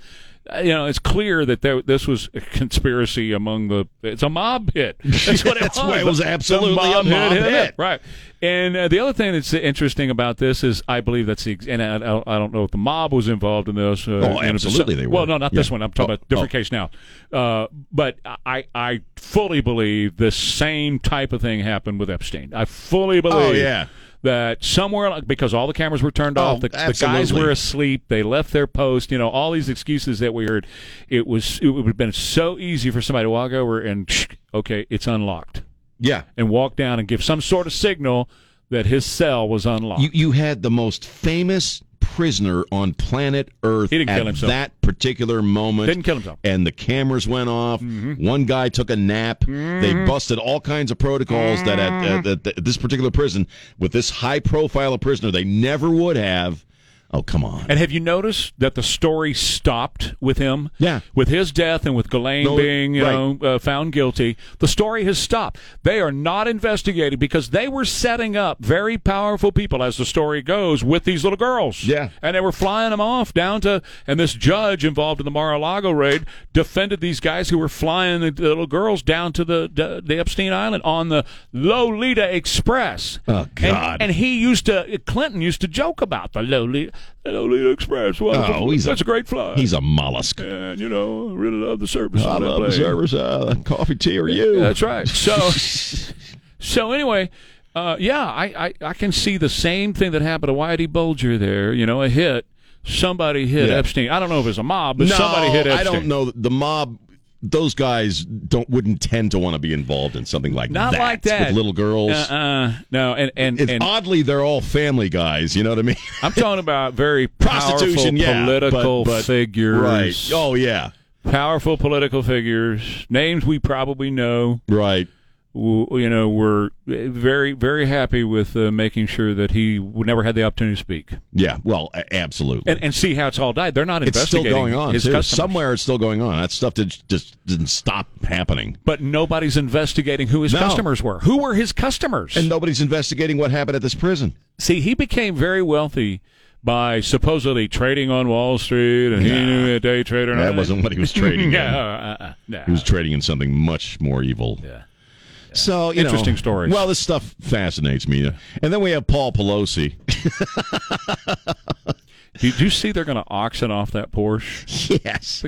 Speaker 2: Uh, You know, it's clear that there, this was a conspiracy among the. It's a mob hit. That's what it
Speaker 1: That's
Speaker 2: was.
Speaker 1: why it was
Speaker 2: The- the
Speaker 1: absolutely a mob hit.
Speaker 2: Right. And uh, the other thing that's interesting about this is, I believe that's the. ex- And I, I don't- I don't know if the mob was involved in this. Uh,
Speaker 1: Oh,
Speaker 2: and if the-
Speaker 1: absolutely they were.
Speaker 2: Well, no, not this
Speaker 1: Yeah.
Speaker 2: one. I'm talking
Speaker 1: Oh,
Speaker 2: about a different
Speaker 1: oh.
Speaker 2: case now. Uh, but I, I fully believe the same type of thing happened with Epstein. I fully believe.
Speaker 1: Oh, yeah.
Speaker 2: That somewhere, like, because all the cameras were turned
Speaker 1: Oh,
Speaker 2: off, the, the guys
Speaker 1: absolutely.
Speaker 2: were asleep, they left their post, you know, all these excuses that we heard. It was, it would have been so easy for somebody to walk over and, okay, it's unlocked,
Speaker 1: yeah.
Speaker 2: and walk down and give some sort of signal that his cell was unlocked.
Speaker 1: You you had the most famous prisoner on planet Earth
Speaker 2: He didn't
Speaker 1: at
Speaker 2: kill himself.
Speaker 1: that particular moment.
Speaker 2: Didn't kill himself. Mm-hmm.
Speaker 1: And the cameras went off. One guy took a nap. They busted all kinds of protocols that at,
Speaker 2: Mm.
Speaker 1: at, at this particular prison with this high profile of prisoner they never would have. Oh, come on.
Speaker 2: And have you noticed that the story stopped with him?
Speaker 1: Yeah.
Speaker 2: With his death and with Ghislaine
Speaker 1: No,
Speaker 2: being, you
Speaker 1: right.
Speaker 2: know, uh, found guilty, the story has stopped. They are not investigated because they were setting up very powerful people, as the story goes, with these little girls.
Speaker 1: Yeah.
Speaker 2: And they were flying them off down to, and this judge involved in the Mar-a-Lago raid defended these guys who were flying the little girls down to the the, the Epstein Island on the Lolita Express.
Speaker 1: Oh, God.
Speaker 2: And, and he used to, Clinton used to joke about the Lolita, the Lolita Express. Well,
Speaker 1: Oh, he's
Speaker 2: that's a,
Speaker 1: a-
Speaker 2: great flight.
Speaker 1: He's a mollusk.
Speaker 2: and you know, I really love the service.
Speaker 1: I
Speaker 2: on that
Speaker 1: love the
Speaker 2: plane.
Speaker 1: service. Uh, coffee, tea, or you.
Speaker 2: That's right. So, so anyway, uh, yeah, I, I I can see the same thing that happened to Whitey Bulger there. You know, a hit. Somebody hit
Speaker 1: Yeah.
Speaker 2: Epstein. I don't know if it was a mob, but somebody hit Epstein.
Speaker 1: I don't know. The mob, those guys don't wouldn't tend to want to be involved in something like
Speaker 2: Not
Speaker 1: that.
Speaker 2: like that.
Speaker 1: with little girls.
Speaker 2: Uh-uh. No, and and,
Speaker 1: It's
Speaker 2: and
Speaker 1: oddly they're all family guys. You know what I mean?
Speaker 2: I'm talking about very powerful
Speaker 1: Prostitution, yeah, but-
Speaker 2: political
Speaker 1: but-
Speaker 2: figures.
Speaker 1: Right. Oh yeah.
Speaker 2: powerful political figures, names we probably know,
Speaker 1: Right.
Speaker 2: w- you know, were very, very happy with uh, making sure that he w- never had the opportunity to speak
Speaker 1: Yeah. Well, a- absolutely.
Speaker 2: and, and see how it's all died. They're not
Speaker 1: it's still
Speaker 2: investigating
Speaker 1: going on
Speaker 2: his
Speaker 1: too.
Speaker 2: customers.
Speaker 1: Somewhere it's still going on. That stuff did, just didn't stop happening.
Speaker 2: but nobody's investigating who his
Speaker 1: No.
Speaker 2: customers were. Who were his customers?
Speaker 1: And nobody's investigating what happened at this prison.
Speaker 2: see, he became very wealthy by supposedly trading on Wall Street, and he
Speaker 1: Nah.
Speaker 2: knew a day trader. and all
Speaker 1: That wasn't what he was trading. in.
Speaker 2: Yeah, uh, uh, uh, nah.
Speaker 1: He was trading in something much more evil.
Speaker 2: Yeah.
Speaker 1: So you know,
Speaker 2: Interesting stories.
Speaker 1: Well, this stuff fascinates me. And then we have Paul Pelosi.
Speaker 2: Did you see they're going to auction off that Porsche?
Speaker 1: yes,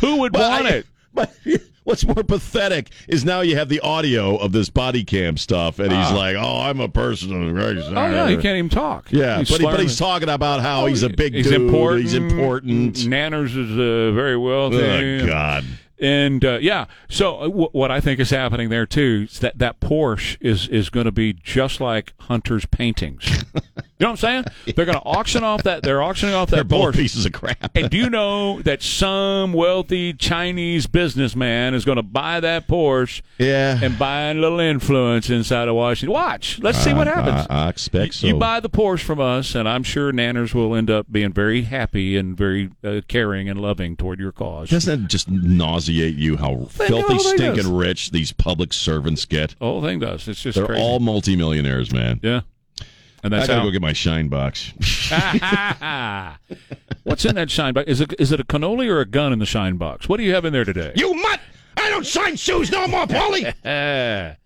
Speaker 2: Who would want it?
Speaker 1: But what's more pathetic is now you have the audio of this body cam stuff, and
Speaker 2: Ah.
Speaker 1: he's like, "Oh, I'm a person of the race."
Speaker 2: Oh yeah, he can't even talk.
Speaker 1: Yeah, but, he, but
Speaker 2: slurring.
Speaker 1: he's talking about how he's a big
Speaker 2: he's
Speaker 1: dude.
Speaker 2: Important.
Speaker 1: He's important.
Speaker 2: Nanners is uh, very wealthy.
Speaker 1: Oh, God.
Speaker 2: And uh, yeah, so uh, w- what I think is happening there too is that that Porsche is is going to be just like Hunter's paintings. know what I'm saying? They're going to auction off that. They're auctioning off that
Speaker 1: They're both
Speaker 2: Porsche.
Speaker 1: pieces of crap.
Speaker 2: And do you know that some wealthy Chinese businessman is going to buy that Porsche
Speaker 1: Yeah.
Speaker 2: and buy a little influence inside of Washington? Watch. Let's see what happens.
Speaker 1: I, I expect Uh, so.
Speaker 2: You buy the Porsche from us, and I'm sure Nanners will end up being very happy and very uh, caring and loving toward your cause.
Speaker 1: Doesn't that just nauseate you how
Speaker 2: They know
Speaker 1: filthy,
Speaker 2: how they
Speaker 1: stinking
Speaker 2: does.
Speaker 1: rich these public servants get?
Speaker 2: the whole thing does. It's just
Speaker 1: They're
Speaker 2: crazy.
Speaker 1: all multimillionaires, man.
Speaker 2: yeah. And
Speaker 1: I
Speaker 2: that's
Speaker 1: gotta
Speaker 2: how.
Speaker 1: go get my shine box.
Speaker 2: What's in that shine box? Is it is it a cannoli or a gun in the shine box? What do you have in there today?
Speaker 1: you mutt! I don't shine shoes no more, Polly.
Speaker 2: Ah.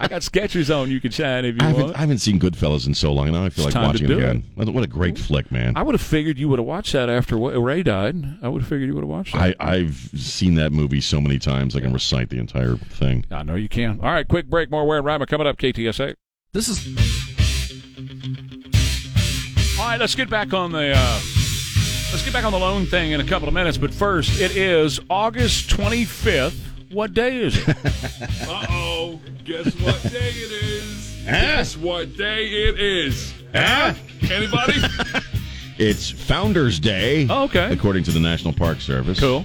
Speaker 2: I got Skechers on. You can shine if you
Speaker 1: I haven't,
Speaker 2: want.
Speaker 1: I haven't seen Goodfellas in so long, and now I feel
Speaker 2: It's
Speaker 1: like
Speaker 2: time to
Speaker 1: watching it
Speaker 2: do
Speaker 1: again. What a- What a great flick, man!
Speaker 2: I would have figured you would have watched that after wa- Ray died. I would have figured you would have watched that.
Speaker 1: I, I've seen that movie so many times I can recite the entire thing.
Speaker 2: I, know you can. All right, quick break. More Ware and Rhymer coming up. KTSA.
Speaker 4: This is
Speaker 2: All right, let's get back on the uh, let's get back on the loan thing in a couple of minutes. But first, it is August twenty fifth. What day is it?
Speaker 3: Uh oh. Guess what day it is? Guess what day it is? Anybody?
Speaker 1: It's Founders Day,
Speaker 2: Oh, okay.
Speaker 1: according to the National Park Service.
Speaker 2: Cool.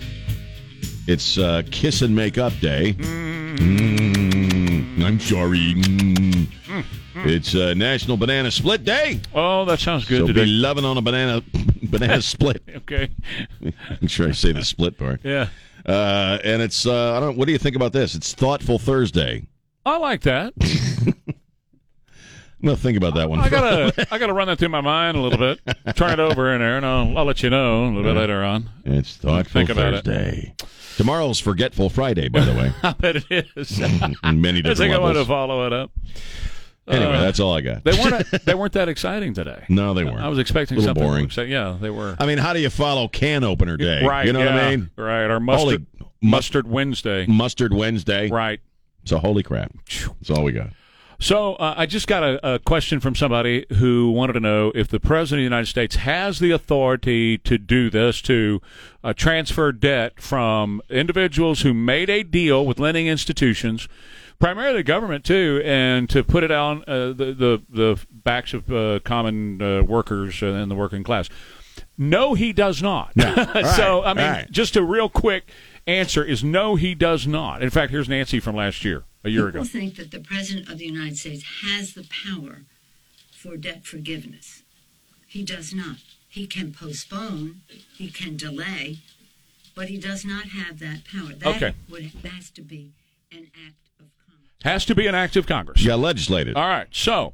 Speaker 1: It's uh, Kiss and Make Up Day. Mm, I'm sorry. Mm. It's uh, National Banana Split Day.
Speaker 2: Oh, that sounds good
Speaker 1: so
Speaker 2: today.
Speaker 1: be loving on a banana banana split.
Speaker 2: okay.
Speaker 1: Make sure I say the split part.
Speaker 2: Yeah,
Speaker 1: Uh, and it's uh, I don't. What do you think about this? It's Thoughtful Thursday.
Speaker 2: I like that.
Speaker 1: I'm gonna think about that one.
Speaker 2: I gotta I gotta run that through my mind a little bit. Turn it over in there, and I'll, I'll let you know a little bit later on.
Speaker 1: It's Thoughtful
Speaker 2: Think about it.
Speaker 1: Thursday. Tomorrow's Forgetful Friday, by the way.
Speaker 2: I bet it is.
Speaker 1: in many
Speaker 2: I
Speaker 1: different
Speaker 2: think I want to
Speaker 1: levels.
Speaker 2: follow it up.
Speaker 1: anyway,
Speaker 2: uh,
Speaker 1: that's all I got.
Speaker 2: They weren't they weren't that exciting today.
Speaker 1: no, they weren't.
Speaker 2: I was expecting
Speaker 1: a little
Speaker 2: something. more
Speaker 1: boring.
Speaker 2: exciting. yeah, they were.
Speaker 1: I mean, how do you follow Can Opener Day?
Speaker 2: Right.
Speaker 1: You know what I
Speaker 2: yeah,
Speaker 1: mean?
Speaker 2: Right. Or
Speaker 1: Holy
Speaker 2: mustard
Speaker 1: mu-
Speaker 2: mustard Wednesday.
Speaker 1: Mustard Wednesday.
Speaker 2: Right.
Speaker 1: So holy crap. That's all we got.
Speaker 2: So uh, I just got a, a question from somebody who wanted to know if the president of the United States has the authority to do this to uh, transfer debt from individuals who made a deal with lending institutions, primarily government too, and to put it on uh, the, the the backs of uh, common uh, workers and the working class. No, he does not. so I mean,
Speaker 1: All right.
Speaker 2: just a real quick answer is no, he does not. In fact, here's Nancy from last year, a year ago.
Speaker 5: People think that the President of the United States has the power for debt forgiveness. He does not. He can postpone, he can delay, but he does not have that power. That
Speaker 2: Okay.
Speaker 5: would, that has to be an act of Congress.
Speaker 2: Has to be an act of Congress.
Speaker 1: You got legislated.
Speaker 2: All right. So,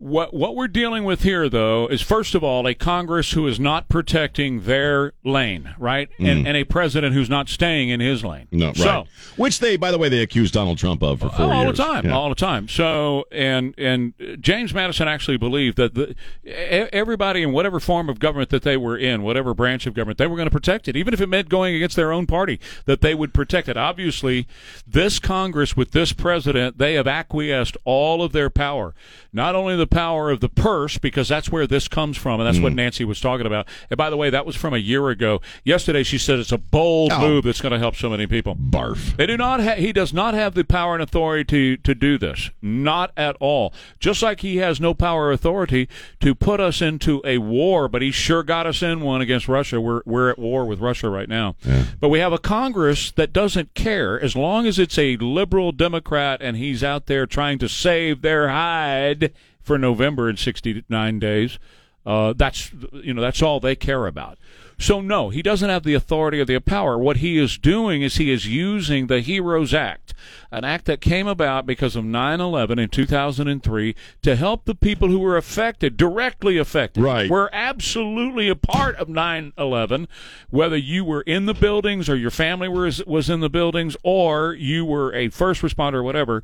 Speaker 2: what what we're dealing with here, though, is first of all a Congress who is not protecting their lane, right, and, and a president who's not staying in his lane.
Speaker 1: Mm. No, right.
Speaker 2: So,
Speaker 1: Which they, by the way, they accused Donald Trump of for four
Speaker 2: all
Speaker 1: years.
Speaker 2: the time,
Speaker 1: Yeah.
Speaker 2: all the time. So, and and uh, James Madison actually believed that the e- everybody in whatever form of government that they were in, whatever branch of government, they were going to protect it, even if it meant going against their own party, that they would protect it. Obviously, this Congress with this president, they have acquiesced all of their power, not only the power of the purse, because that's where this comes from, and that's
Speaker 1: Mm.
Speaker 2: what Nancy was talking about. And by the way, that was from a year ago. Yesterday, she said it's a bold
Speaker 1: Oh.
Speaker 2: move that's going to help so many people.
Speaker 1: Barf.
Speaker 2: They do not. Ha- he does not have the power and authority to, to do this. Not at all. Just like he has no power or authority to put us into a war, but he sure got us in one against Russia. We're we're at war with Russia right now. But we have a Congress that doesn't care as long as it's a liberal Democrat and he's out there trying to save their hide for November in sixty nine days. Uh, that's you know that's all they care about. So no, he doesn't have the authority or the power. What he is doing is he is using the Heroes Act, an act that came about because of 9/11 in 2003 to help the people who were affected, directly affected.
Speaker 1: Right.
Speaker 2: We're absolutely a part of 9/11, whether you were in the buildings or your family was was in the buildings or you were a first responder or whatever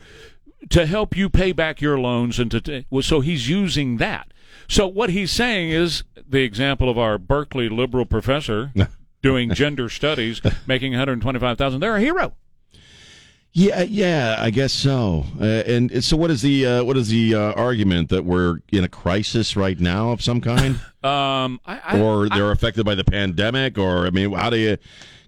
Speaker 2: to help you pay back your loans and to t- well, so he's using that. So what he's saying is the example of our Berkeley liberal professor doing gender studies, making one hundred twenty-five thousand. They're a hero.
Speaker 1: Yeah, yeah, I guess so. Uh, and and so, what is the uh, what is the uh, argument that we're in a crisis right now of some kind,
Speaker 2: Um, I, I,
Speaker 1: or they're affected by the pandemic, or I mean, how do you?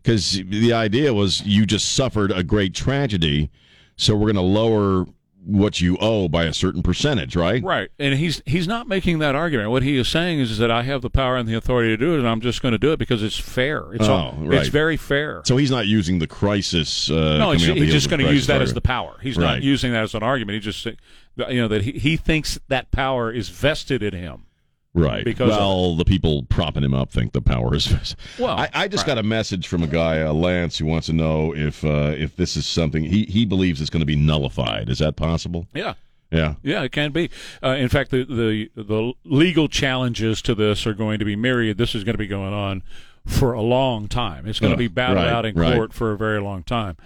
Speaker 1: Because the idea was you just suffered a great tragedy, so we're going to lower what you owe by a certain percentage, right?
Speaker 2: Right, and he's he's not making that argument. What he is saying is, that I have the power and the authority to do it, and I'm just going to do it because it's fair. It's all,
Speaker 1: Oh, right.
Speaker 2: it's very fair.
Speaker 1: So he's not using the crisis. Uh,
Speaker 2: no,
Speaker 1: coming
Speaker 2: he's,
Speaker 1: out the
Speaker 2: he's
Speaker 1: heels
Speaker 2: just
Speaker 1: of
Speaker 2: going to
Speaker 1: crisis
Speaker 2: use that as
Speaker 1: argument.
Speaker 2: the power. He's not
Speaker 1: Right.
Speaker 2: using that as an argument. He just say- you know that he, he thinks that power is vested in him.
Speaker 1: Right.
Speaker 2: because of-
Speaker 1: well, the people propping him up think the power is.
Speaker 2: Well,
Speaker 1: I, I just got a message from a guy, uh, Lance, who wants to know if uh, if this is something he, he believes it's going to be nullified. Is that possible?
Speaker 2: Yeah.
Speaker 1: Yeah.
Speaker 2: Yeah, it can be. Uh, in fact, the, the the legal challenges to this are going to be myriad. This is going to be going on for a long time. It's going
Speaker 1: Uh,
Speaker 2: to be battled
Speaker 1: right,
Speaker 2: out in
Speaker 1: right.
Speaker 2: court for a very long time.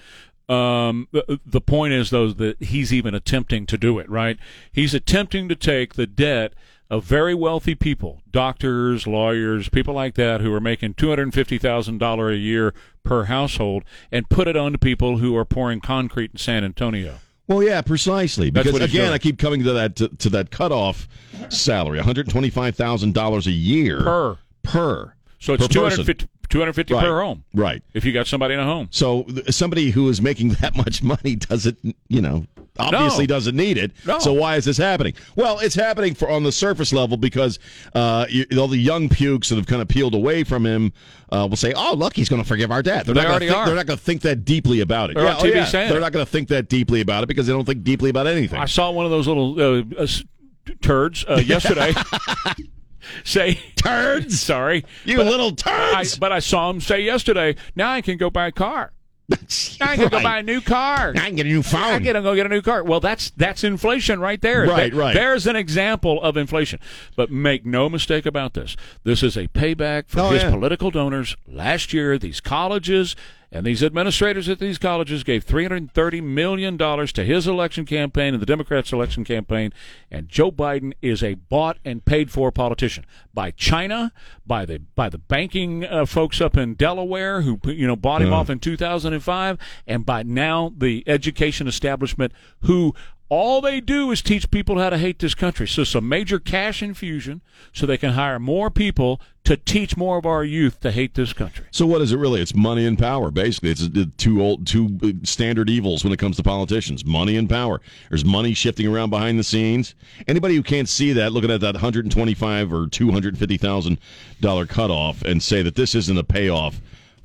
Speaker 2: Um, the, the point is though that he's even attempting to do it. Right? He's attempting to take the debt of very wealthy people, doctors, lawyers, people like that, who are making two hundred fifty thousand dollar a year per household, and put it onto people who are pouring concrete in San Antonio.
Speaker 1: Well, yeah, precisely.
Speaker 2: That's
Speaker 1: Because
Speaker 2: what he's
Speaker 1: again,
Speaker 2: doing.
Speaker 1: I keep coming to that to, to that cutoff salary, one hundred twenty five thousand dollars a year
Speaker 2: Per.
Speaker 1: per.
Speaker 2: So it's
Speaker 1: per person.
Speaker 2: 250, 250
Speaker 1: Right.
Speaker 2: per home.
Speaker 1: Right.
Speaker 2: If you got somebody in a home.
Speaker 1: So th- somebody who is making that much money doesn't, you know, obviously doesn't need it.
Speaker 2: No.
Speaker 1: So why is this happening? Well, it's happening for on the surface level because uh, you, all the young pukes that have kind of peeled away from him uh, will say, "Oh, look, he's going to forgive our debt." They're
Speaker 2: They
Speaker 1: not gonna
Speaker 2: already
Speaker 1: think,
Speaker 2: are.
Speaker 1: They're not going to think that deeply about it.
Speaker 2: They're on
Speaker 1: oh,
Speaker 2: TV saying
Speaker 1: They're
Speaker 2: it.
Speaker 1: not going to think that deeply about it because they don't think deeply about anything.
Speaker 2: I saw one of those little uh, uh, s- turds uh, yesterday. say turds. Sorry,
Speaker 1: you
Speaker 2: But
Speaker 1: little
Speaker 2: I,
Speaker 1: turds!
Speaker 2: but I saw him say yesterday. Now I can go buy a car. Now I can go
Speaker 1: Right.
Speaker 2: buy a new car.
Speaker 1: I can get a new phone.
Speaker 2: I can go get a new car. Well, that's that's inflation right there.
Speaker 1: Right,
Speaker 2: That-
Speaker 1: right.
Speaker 2: There's an example of inflation. But make no mistake about this. This is a payback for
Speaker 1: Oh,
Speaker 2: his
Speaker 1: yeah.
Speaker 2: political donors last year. These colleges and these administrators at these colleges gave 330 million dollars to his election campaign and the Democrats' election campaign. And Joe Biden is a bought and paid for politician by China, by the by the banking uh, folks up in Delaware who you know bought him off in 2005, and by now the education establishment who all they do is teach people how to hate this country. So some major cash infusion so they can hire more people to teach more of our youth to hate this country.
Speaker 1: So what is it really? It's money and power, basically. It's uh, two old, two uh, standard evils when it comes to politicians: money and power. There's money shifting around behind the scenes. Anybody who can't see that, looking at that 125 or 250 thousand dollar cutoff, and say that this isn't a payoff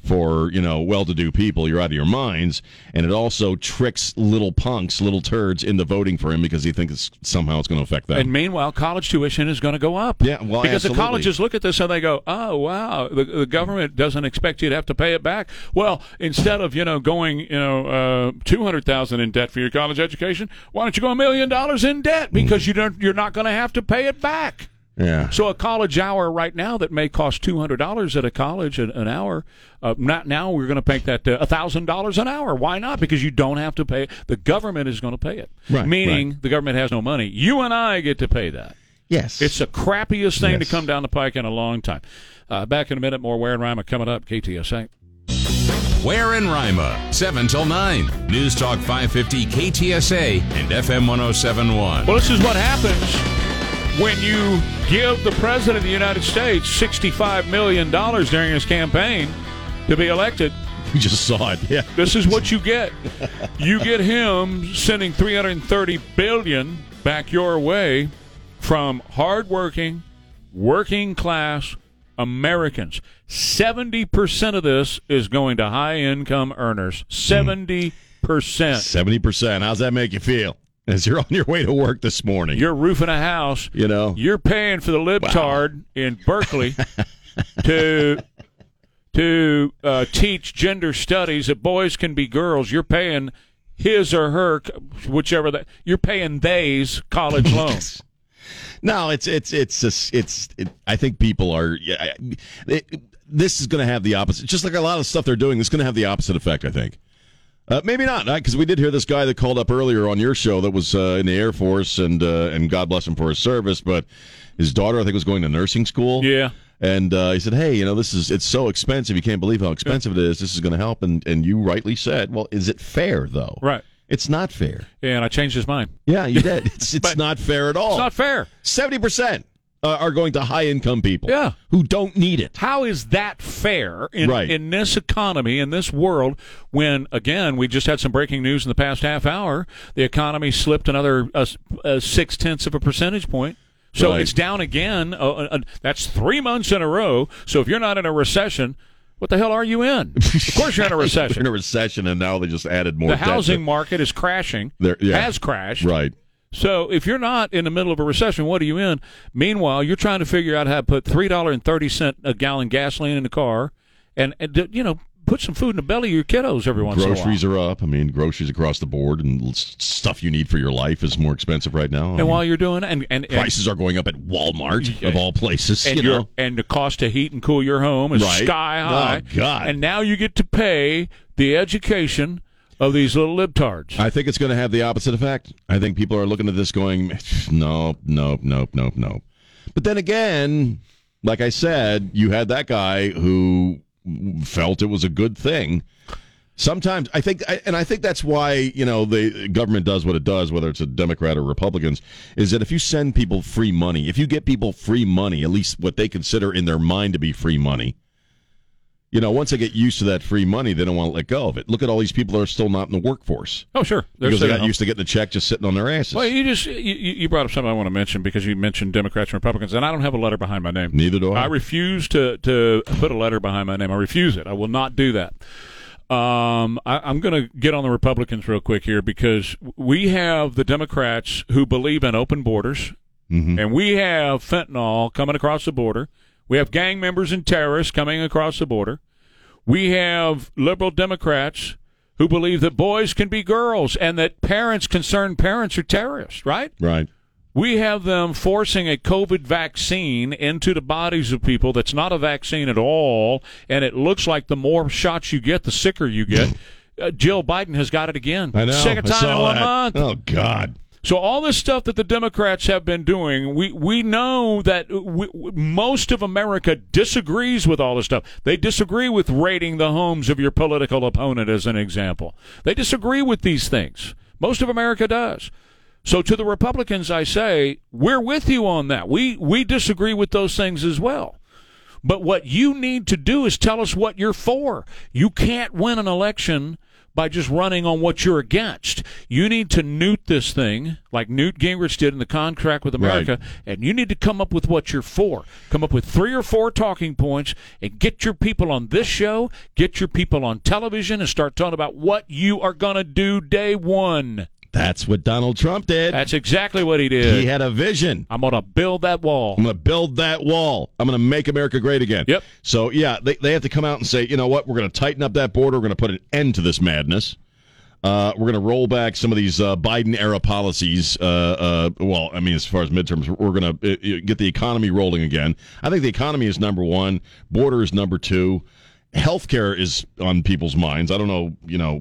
Speaker 1: for you know well-to-do people, you're out of your minds. And it also tricks little punks, little turds, into voting for him because he thinks it's, somehow it's going to affect them.
Speaker 2: And meanwhile, college tuition is going to go up.
Speaker 1: Yeah, well,
Speaker 2: because
Speaker 1: absolutely.
Speaker 2: the colleges look at this and they go, "Oh, wow, the, the government doesn't expect you to have to pay it back." Well, instead of you know going you know uh, two hundred thousand in debt for your college education, why don't you go a million dollars in debt
Speaker 1: Mm.
Speaker 2: because you don't you're not going to have to pay it back.
Speaker 1: yeah.
Speaker 2: So a college hour right now that may cost two hundred dollars at a college an, an hour, uh, not now we're going to make that uh, thousand dollars an hour. Why not? Because you don't have to pay. The government is going to pay it,
Speaker 1: Right,
Speaker 2: meaning
Speaker 1: right.
Speaker 2: the government has no money. You and I get to pay that.
Speaker 1: yes.
Speaker 2: It's the crappiest thing to
Speaker 1: Yes.
Speaker 2: come down the pike in a long time. Uh, back in a minute, more Ware and Rhyme are coming up. KTSA.
Speaker 4: Where in Rima, 7 till 9. News Talk 550 KTSA and FM 1071.
Speaker 2: Well, this is what happens when you give the president of the United States sixty-five million dollars during his campaign to be elected.
Speaker 1: we just saw it. Yeah.
Speaker 2: This is what you get. You get him sending 330 billion back your way from hardworking, working class Americans. 70% of this is going to high income earners. 70%.
Speaker 1: Seventy percent. How's that make you feel? As you're on your way to work this morning,
Speaker 2: You're roofing a house.
Speaker 1: you know,
Speaker 2: You're paying for the libtard in Berkeley to to uh, teach gender studies that boys can be girls. You're paying his or her, whichever that you're paying they's college loans.
Speaker 1: no, it's it's it's just, it's. It, I think people are. Yeah, I- it, this is going to have the opposite. Just like a lot of stuff they're doing, it's going to have the opposite effect. I think. Uh, maybe not, because we did hear this guy that called up earlier on your show that was uh, in the Air Force, and uh, and God bless him for his service. But his daughter, I think, was going to nursing school.
Speaker 2: Yeah.
Speaker 1: And uh, he said, "Hey, you know, this is it's so expensive. You can't believe how expensive it is. This is going to help." And and you rightly said, "Well, is it fair though?
Speaker 2: Right.
Speaker 1: It's not fair.
Speaker 2: And I changed his mind.
Speaker 1: Yeah, you did. It's, it's
Speaker 2: But-
Speaker 1: not fair at all.
Speaker 2: It's not fair.
Speaker 1: Seventy percent uh, are going to high income people
Speaker 2: Yeah.
Speaker 1: who don't need it.
Speaker 2: How is that fair in,
Speaker 1: Right.
Speaker 2: in this economy, in this world, when, again, we just had some breaking news in the past half hour? The economy slipped another uh, s- uh, six tenths of a percentage point. So
Speaker 1: Right.
Speaker 2: it's down again. Uh, uh, uh, that's three months in a row. So if you're not in a recession, what the hell are you in? Of course you're in a
Speaker 1: They're in
Speaker 2: recession.
Speaker 1: a recession, and now they just added more
Speaker 2: The
Speaker 1: debt to-
Speaker 2: housing market is crashing,
Speaker 1: There- yeah.
Speaker 2: has crashed.
Speaker 1: Right.
Speaker 2: So if you're not in the middle of a recession, what are you in? Meanwhile, you're trying to figure out how to put three dollar and thirty cent a gallon gasoline in the car, and, and you know put some food in the belly of your kiddos every once
Speaker 1: Groceries
Speaker 2: in a
Speaker 1: are up. I mean, groceries across the board and l- stuff you need for your life is more expensive right now. I
Speaker 2: while. And
Speaker 1: mean,
Speaker 2: while you're doing and and and,
Speaker 1: prices are going up at Walmart of all places.
Speaker 2: and,
Speaker 1: you
Speaker 2: your-
Speaker 1: know,
Speaker 2: and the cost to heat and cool your home is
Speaker 1: Right.
Speaker 2: sky
Speaker 1: Oh,
Speaker 2: high.
Speaker 1: God.
Speaker 2: And now you get to pay the education of these little libtards.
Speaker 1: I think it's going to have the opposite effect. I think people are looking at this going, nope, nope, nope, nope, nope. But then again, like I said, you had that guy who felt it was a good thing. Sometimes I think, I- and I think that's why you know the government does what it does, whether it's a Democrat or Republicans, is that if you send people free money, if you get people free money, at least what they consider in their mind to be free money, you know, once they get used to that free money, they don't want to let go of it. Look at all these people that are still not in the workforce
Speaker 2: oh sure, They're
Speaker 1: because they
Speaker 2: sitting
Speaker 1: got
Speaker 2: home.
Speaker 1: used to getting a check just sitting on their asses.
Speaker 2: Well, you just you, you you brought up something I want to mention because you mentioned Democrats and Republicans, and I don't have a letter behind my name.
Speaker 1: Neither do I.
Speaker 2: I refuse to to put a letter behind my name. I refuse it. I will not do that. Um, I, I'm going to get on the Republicans real quick here because we have the Democrats who believe in open borders,
Speaker 1: Mm-hmm.
Speaker 2: and we have fentanyl coming across the border. We have gang members and terrorists coming across the border. We have liberal Democrats who believe that boys can be girls and that parents, concerned parents, are terrorists, right?
Speaker 1: right.
Speaker 2: We have them forcing a COVID vaccine into the bodies of people that's not a vaccine at all, and it looks like the more shots you get, the sicker you get. Uh, Jill Biden has got it again.
Speaker 1: I know.
Speaker 2: Second
Speaker 1: I
Speaker 2: time in
Speaker 1: saw
Speaker 2: one
Speaker 1: that.
Speaker 2: month.
Speaker 1: Oh God.
Speaker 2: So all this stuff that the Democrats have been doing, we we know that we, we- most of America disagrees with all this stuff. They disagree with raiding the homes of your political opponent, as an example. They disagree with these things. Most of America does. So to the Republicans, I say we're with you on that. We we disagree with those things as well. But what you need to do is tell us what you're for. You can't win an election by just running on what you're against. You need to newt this thing like Newt Gingrich did in the contract with America, and you need to come up with what you're for. Come up with three or four talking points and get your people on this show, get your people on television, and start talking about what you are going to do day one.
Speaker 1: That's what Donald Trump did.
Speaker 2: That's exactly what he did.
Speaker 1: he had a vision.
Speaker 2: I'm going to build that wall.
Speaker 1: I'm going to build that wall. I'm going to make America great again.
Speaker 2: Yep.
Speaker 1: So yeah, they they have to come out and say, you know what? We're going to tighten up that border. We're going to put an end to this madness. Uh, we're going to roll back some of these uh, Biden era policies. Uh, uh, well, I mean, as far as midterms, we're going to uh, uh, get the economy rolling again. I think the economy is number one, border is number two, healthcare is on people's minds. I don't know, you know,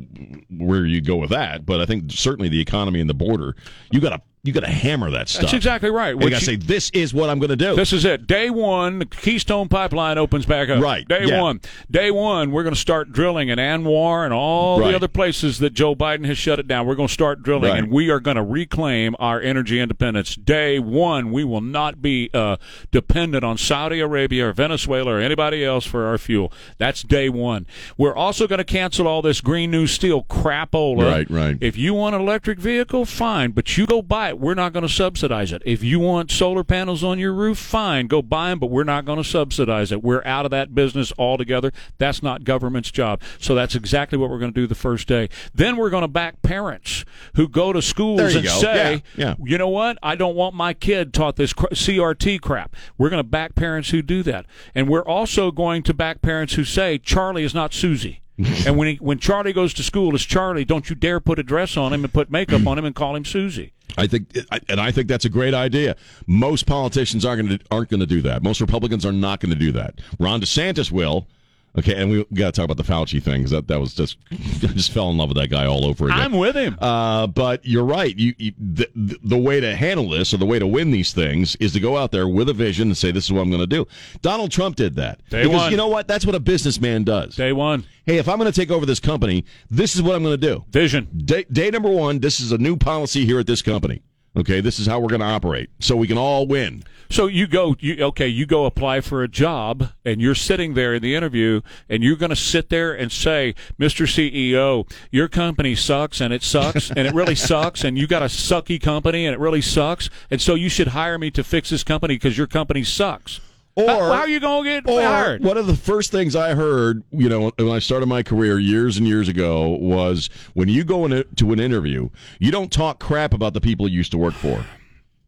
Speaker 1: where you go with that, but I think certainly the economy and the border. You got to you got to hammer that stuff.
Speaker 2: That's exactly right.
Speaker 1: You
Speaker 2: What
Speaker 1: got to
Speaker 2: you-
Speaker 1: say this is what I'm going to do.
Speaker 2: This is it. Day one, the Keystone Pipeline opens back up.
Speaker 1: Right,
Speaker 2: Day
Speaker 1: yeah.
Speaker 2: one. Day one, we're going to start drilling in Anwar and all
Speaker 1: Right.
Speaker 2: the other places that Joe Biden has shut it down. We're going to start drilling,
Speaker 1: Right.
Speaker 2: and we are going to reclaim our energy independence. Day one, we will not be uh, dependent on Saudi Arabia or Venezuela or anybody else for our fuel. That's day one. We're also going to cancel all this Green New Steel crapola.
Speaker 1: Right, right.
Speaker 2: If you want an electric vehicle, fine, but you go buy it. We're not going to subsidize it. If you want solar panels on your roof, fine, go buy them, but we're not going to subsidize it. We're out of that business altogether. That's not government's job. So that's exactly what we're going to do the first day. Then we're going to back parents who go to
Speaker 1: There
Speaker 2: schools
Speaker 1: you
Speaker 2: and
Speaker 1: go.
Speaker 2: say,
Speaker 1: Yeah, yeah.
Speaker 2: you know what? I don't want my kid taught this cr- CRT crap. We're going to back parents who do that. And we're also going to back parents who say Charlie is not Susie. and when he, when Charlie goes to school as Charlie, don't you dare put a dress on him and put makeup on him and call him Susie.
Speaker 1: I think, I- and I think that's a great idea. Most politicians aren't going to aren't going to do that. Most Republicans are not going to do that. Ron DeSantis will. Okay, and we got to talk about the Fauci thing because that, that was just I just fell in love with that guy all over again.
Speaker 2: I'm with him.
Speaker 1: uh, but you're right. You, you the, the- the way to handle this or the way to win these things is to go out there with a vision and say, "This is what I'm going to do." Donald Trump did that
Speaker 2: Day
Speaker 1: because
Speaker 2: one.
Speaker 1: you know what? That's what a businessman does.
Speaker 2: Day one,
Speaker 1: Hey, if I'm going to take over this company, this is what I'm going to do
Speaker 2: vision.
Speaker 1: day, day number one, this is a new policy here at this company. Okay, this is how we're going to operate, so we can all win.
Speaker 2: So you go, you, okay, you go apply for a job, and you're sitting there in the interview, and you're going to sit there and say, "Mr. CEO, your company sucks, and it sucks, and it really sucks, and you got a sucky company, and it really sucks, and so you should hire me to fix this company because your company sucks."
Speaker 1: Or-
Speaker 2: how, how are you going to get
Speaker 1: Or
Speaker 2: hired?
Speaker 1: one of the first things I heard, you know, when I started my career years and years ago, was when you go in to an interview, you don't talk crap about the people you used to work for.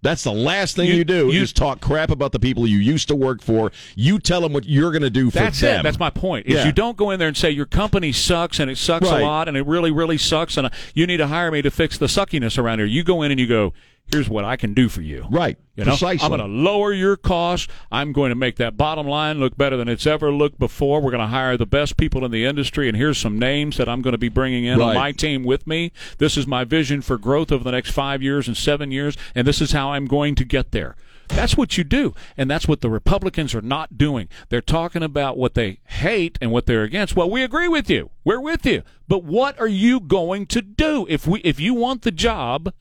Speaker 1: That's the last thing you,
Speaker 2: You-
Speaker 1: do
Speaker 2: you-
Speaker 1: is talk crap about the people you used to work for. You tell them what you're going to do for
Speaker 2: That's
Speaker 1: them.
Speaker 2: it. That's my point. Is
Speaker 1: Yeah.
Speaker 2: you don't go in there and say your company sucks and it sucks
Speaker 1: Right.
Speaker 2: a lot and it really really sucks and uh, you need to hire me to fix the suckiness around here. You go in and you go, here's what I can do for you.
Speaker 1: Right.
Speaker 2: You know,
Speaker 1: Precisely.
Speaker 2: I'm going to lower your costs. I'm going to make that bottom line look better than it's ever looked before. We're going to hire the best people in the industry, and here's some names that I'm going to be bringing in
Speaker 1: Right.
Speaker 2: on my team with me. This is my vision for growth over the next five years and seven years, and this is how I'm going to get there. That's what you do, and that's what the Republicans are not doing. They're talking about what they hate and what they're against. Well, we agree with you. We're with you. But what are you going to do if we if you want the job?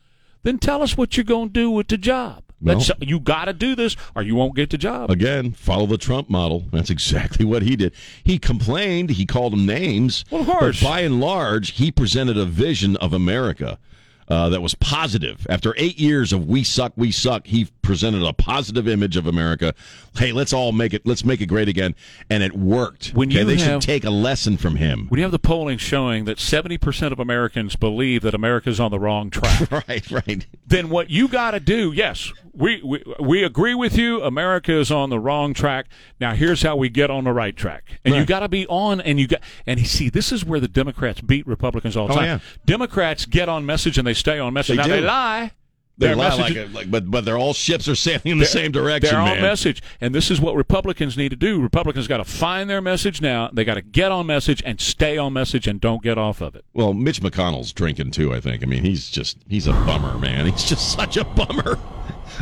Speaker 2: Then tell us what you're going to do with the job. That's, you got to do this, or you won't get the job.
Speaker 1: Again, follow the Trump model. That's exactly what he did. He complained. He called them names.
Speaker 2: Well, of course.
Speaker 1: But by and large, he presented a vision of America uh, that was positive. After eight years of "we suck, we suck," he presented a positive image of America. Hey, let's all make it. Let's make it great again, and it worked.
Speaker 2: When
Speaker 1: Okay,
Speaker 2: you
Speaker 1: they should
Speaker 2: have-
Speaker 1: take a lesson from him.
Speaker 2: When you have the polling showing that 70% of Americans believe that America's on the wrong track,
Speaker 1: right, right.
Speaker 2: then what you got to do, yes, we, we, we agree with you, America is on the wrong track. Now here's how we get on the right track. And you got to be on and you got and you see this is where the Democrats beat Republicans all the
Speaker 1: Oh,
Speaker 2: time.
Speaker 1: yeah.
Speaker 2: Democrats get on message and they stay on message.
Speaker 1: They
Speaker 2: now
Speaker 1: do.
Speaker 2: they lie.
Speaker 1: They
Speaker 2: Their
Speaker 1: lie like,
Speaker 2: message-
Speaker 1: a, like, but but their all ships are sailing in the same direction.
Speaker 2: They're
Speaker 1: man.
Speaker 2: on message, and this is what Republicans need to do. Republicans got to find their message now. They got to get on message and stay on message and don't get off of it.
Speaker 1: Well, Mitch McConnell's drinking too, I think. I mean, he's just, he's a bummer, man. He's just such a bummer.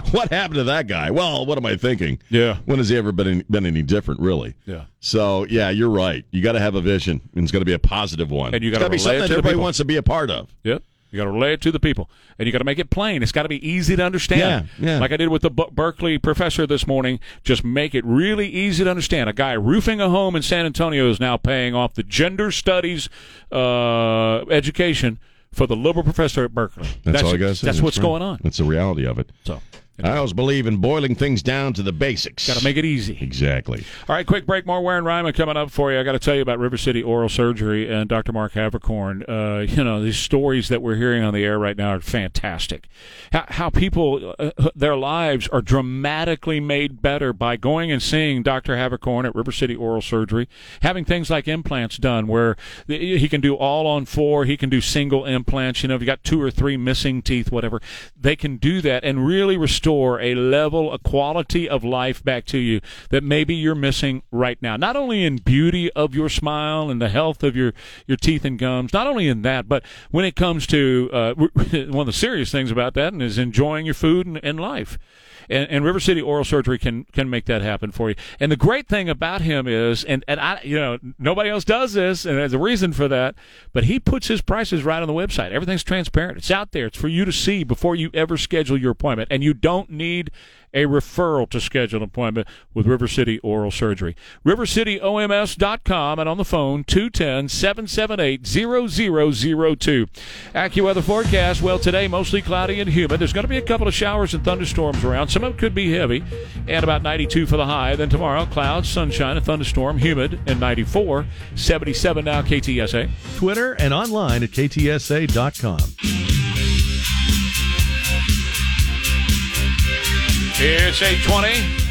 Speaker 1: What happened to that guy? Well, what am I thinking?
Speaker 2: Yeah.
Speaker 1: When has he ever been, been any different, really?
Speaker 2: Yeah.
Speaker 1: So, yeah, you're right. You got to have a vision, and it's going to be a positive one.
Speaker 2: And you
Speaker 1: It's
Speaker 2: gotta
Speaker 1: gotta be
Speaker 2: relate
Speaker 1: something
Speaker 2: it
Speaker 1: that
Speaker 2: to the
Speaker 1: everybody
Speaker 2: people.
Speaker 1: wants to be a part of.
Speaker 2: Yep. You got to relay it to the people, and you got to make it plain. It's got to be easy to understand.
Speaker 1: Yeah, yeah.
Speaker 2: Like I did with the Bu- Berkeley professor this morning, just make it really easy to understand. A guy roofing a home in San Antonio is now paying off the gender studies uh, education for the liberal professor at Berkeley.
Speaker 1: That's, all I got to say.
Speaker 2: That's what's
Speaker 1: right. Mm.
Speaker 2: going on.
Speaker 1: That's the reality of it.
Speaker 2: So,
Speaker 1: I always believe in boiling things down to the basics.
Speaker 2: got to make it easy.
Speaker 1: Exactly.
Speaker 2: All right, quick break. More Warren Ryman coming up for you. I got to tell you about River City Oral Surgery and Dr. Mark Havercorn. Uh, you know, these stories that we're hearing on the air right now are fantastic. How, how people, uh, their lives are dramatically made better by going and seeing Dr. Havercorn at River City Oral Surgery, having things like implants done where the- he can do all on four, he can do single implants. You know, if you got two or three missing teeth, whatever, they can do that and really restore a level, a quality of life back to you that maybe you're missing right now. Not only in beauty of your smile and the health of your, your teeth and gums, not only in that, but when it comes to uh, one of the serious things about that and is enjoying your food and, and life. And, and River City Oral Surgery can can make that happen for you. And the great thing about him is, and and I, you know, nobody else does this, and there's a reason for that. But he puts his prices right on the website. Everything's transparent. It's out there. It's for you to see before you ever schedule your appointment, and you don't need a referral to schedule an appointment with River City Oral Surgery. RiverCityOMS.com and on the phone 210-778-0002. AccuWeather forecast, well today mostly cloudy and humid. There's going to be a couple of showers and thunderstorms around. Some of them could be heavy and about 92 for the high. Then tomorrow clouds, sunshine, a thunderstorm, humid and 94. 77 now KTSA.
Speaker 6: Twitter and online at ktsa.com.
Speaker 2: It's 820.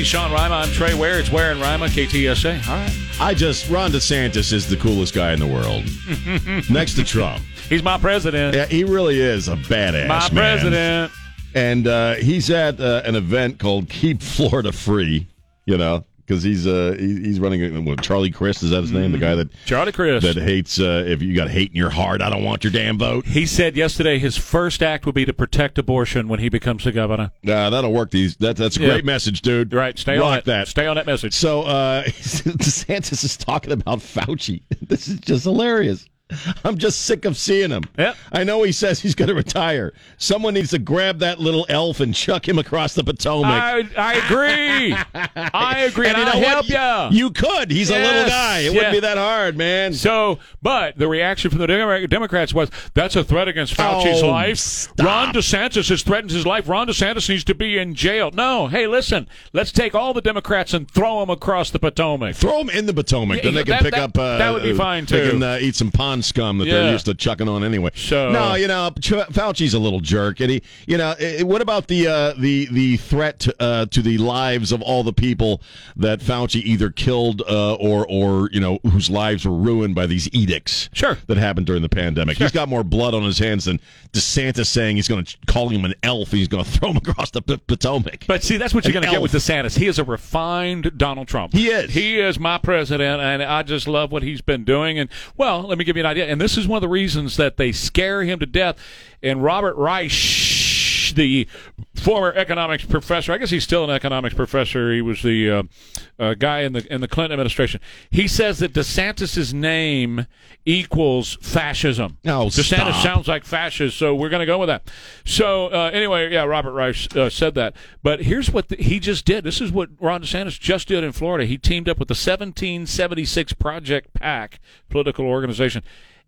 Speaker 2: Eshawn Rima, I'm Trey Ware. It's Ware and Rima, KTSA. All right.
Speaker 1: I just, Ron DeSantis is the coolest guy in the world. Next to Trump.
Speaker 2: He's my president.
Speaker 1: Yeah, he really is a badass.
Speaker 2: my
Speaker 1: man.
Speaker 2: president.
Speaker 1: and uh, he's at uh, an event called Keep Florida Free. You know, because he's uh, he- he's running. What, Charlie Crist is that his name? The
Speaker 2: Mm-hmm.
Speaker 1: guy that
Speaker 2: Charlie Chris.
Speaker 1: that hates. Uh, if you got hate in your heart, I don't want your damn vote.
Speaker 2: he said yesterday his first act will be to protect abortion when he becomes the governor.
Speaker 1: Nah, that'll work. These that, that's a great
Speaker 2: Yeah.
Speaker 1: message, dude.
Speaker 2: Right. Stay
Speaker 1: Rock
Speaker 2: on it.
Speaker 1: that.
Speaker 2: Stay on that message.
Speaker 1: So uh, DeSantis is talking about Fauci. This is just hilarious. I'm just sick of seeing him.
Speaker 2: Yep.
Speaker 1: I know he says he's going to retire. Someone needs to grab that little elf and chuck him across the Potomac.
Speaker 2: I, I agree. I agree. And,
Speaker 1: you
Speaker 2: I'll
Speaker 1: know
Speaker 2: help
Speaker 1: what?
Speaker 2: ya.
Speaker 1: You could. He's a little
Speaker 2: Yes,
Speaker 1: guy. It
Speaker 2: yeah.
Speaker 1: wouldn't be that hard, man.
Speaker 2: So, but the reaction from the Demo- Democrats was that's a threat against Fauci's
Speaker 1: Oh,
Speaker 2: life.
Speaker 1: stop.
Speaker 2: Ron DeSantis has threatened his life. Ron DeSantis needs to be in jail. No, hey, listen, let's take all the Democrats and throw them across the Potomac.
Speaker 1: Throw him in the Potomac,
Speaker 2: Yeah,
Speaker 1: then they
Speaker 2: you-
Speaker 1: can
Speaker 2: that-
Speaker 1: pick
Speaker 2: that-
Speaker 1: up. Uh,
Speaker 2: that would be fine,
Speaker 1: They
Speaker 2: too.
Speaker 1: can uh, eat some pond scum that they're
Speaker 2: Yeah.
Speaker 1: used to chucking on anyway.
Speaker 2: So-
Speaker 1: no, you know, Ch- Fauci's a little jerk, and he, you know, eh, what about the uh, the the threat uh, to the lives of all the people that Fauci either killed uh, or or you know whose lives were ruined by these edicts?
Speaker 2: Sure.
Speaker 1: that happened during the pandemic. He's got more blood on his hands than DeSantis saying he's going to call him an elf. and He's going to throw him across the P- Potomac.
Speaker 2: But see, that's what
Speaker 1: An
Speaker 2: you're going to get
Speaker 1: elf.
Speaker 2: with DeSantis. He is a refined Donald Trump.
Speaker 1: He is.
Speaker 2: He is my president, and I just love what he's been doing. And, well, let me give you an idea. And this is one of the reasons that they scare him to death. And Robert Reich, the former economics professor, I guess he's still an economics professor. He was the uh, uh, guy in the in the Clinton administration. He says that DeSantis's name equals fascism.
Speaker 1: Oh,
Speaker 2: DeSantis
Speaker 1: stop.
Speaker 2: sounds sounds like fascist, so we're going to go with that. So uh, anyway, yeah, Robert Reich uh, said that. But here's what the, he just did. This is what Ron DeSantis just did in Florida. He teamed up with the 1776 Project PAC political organization,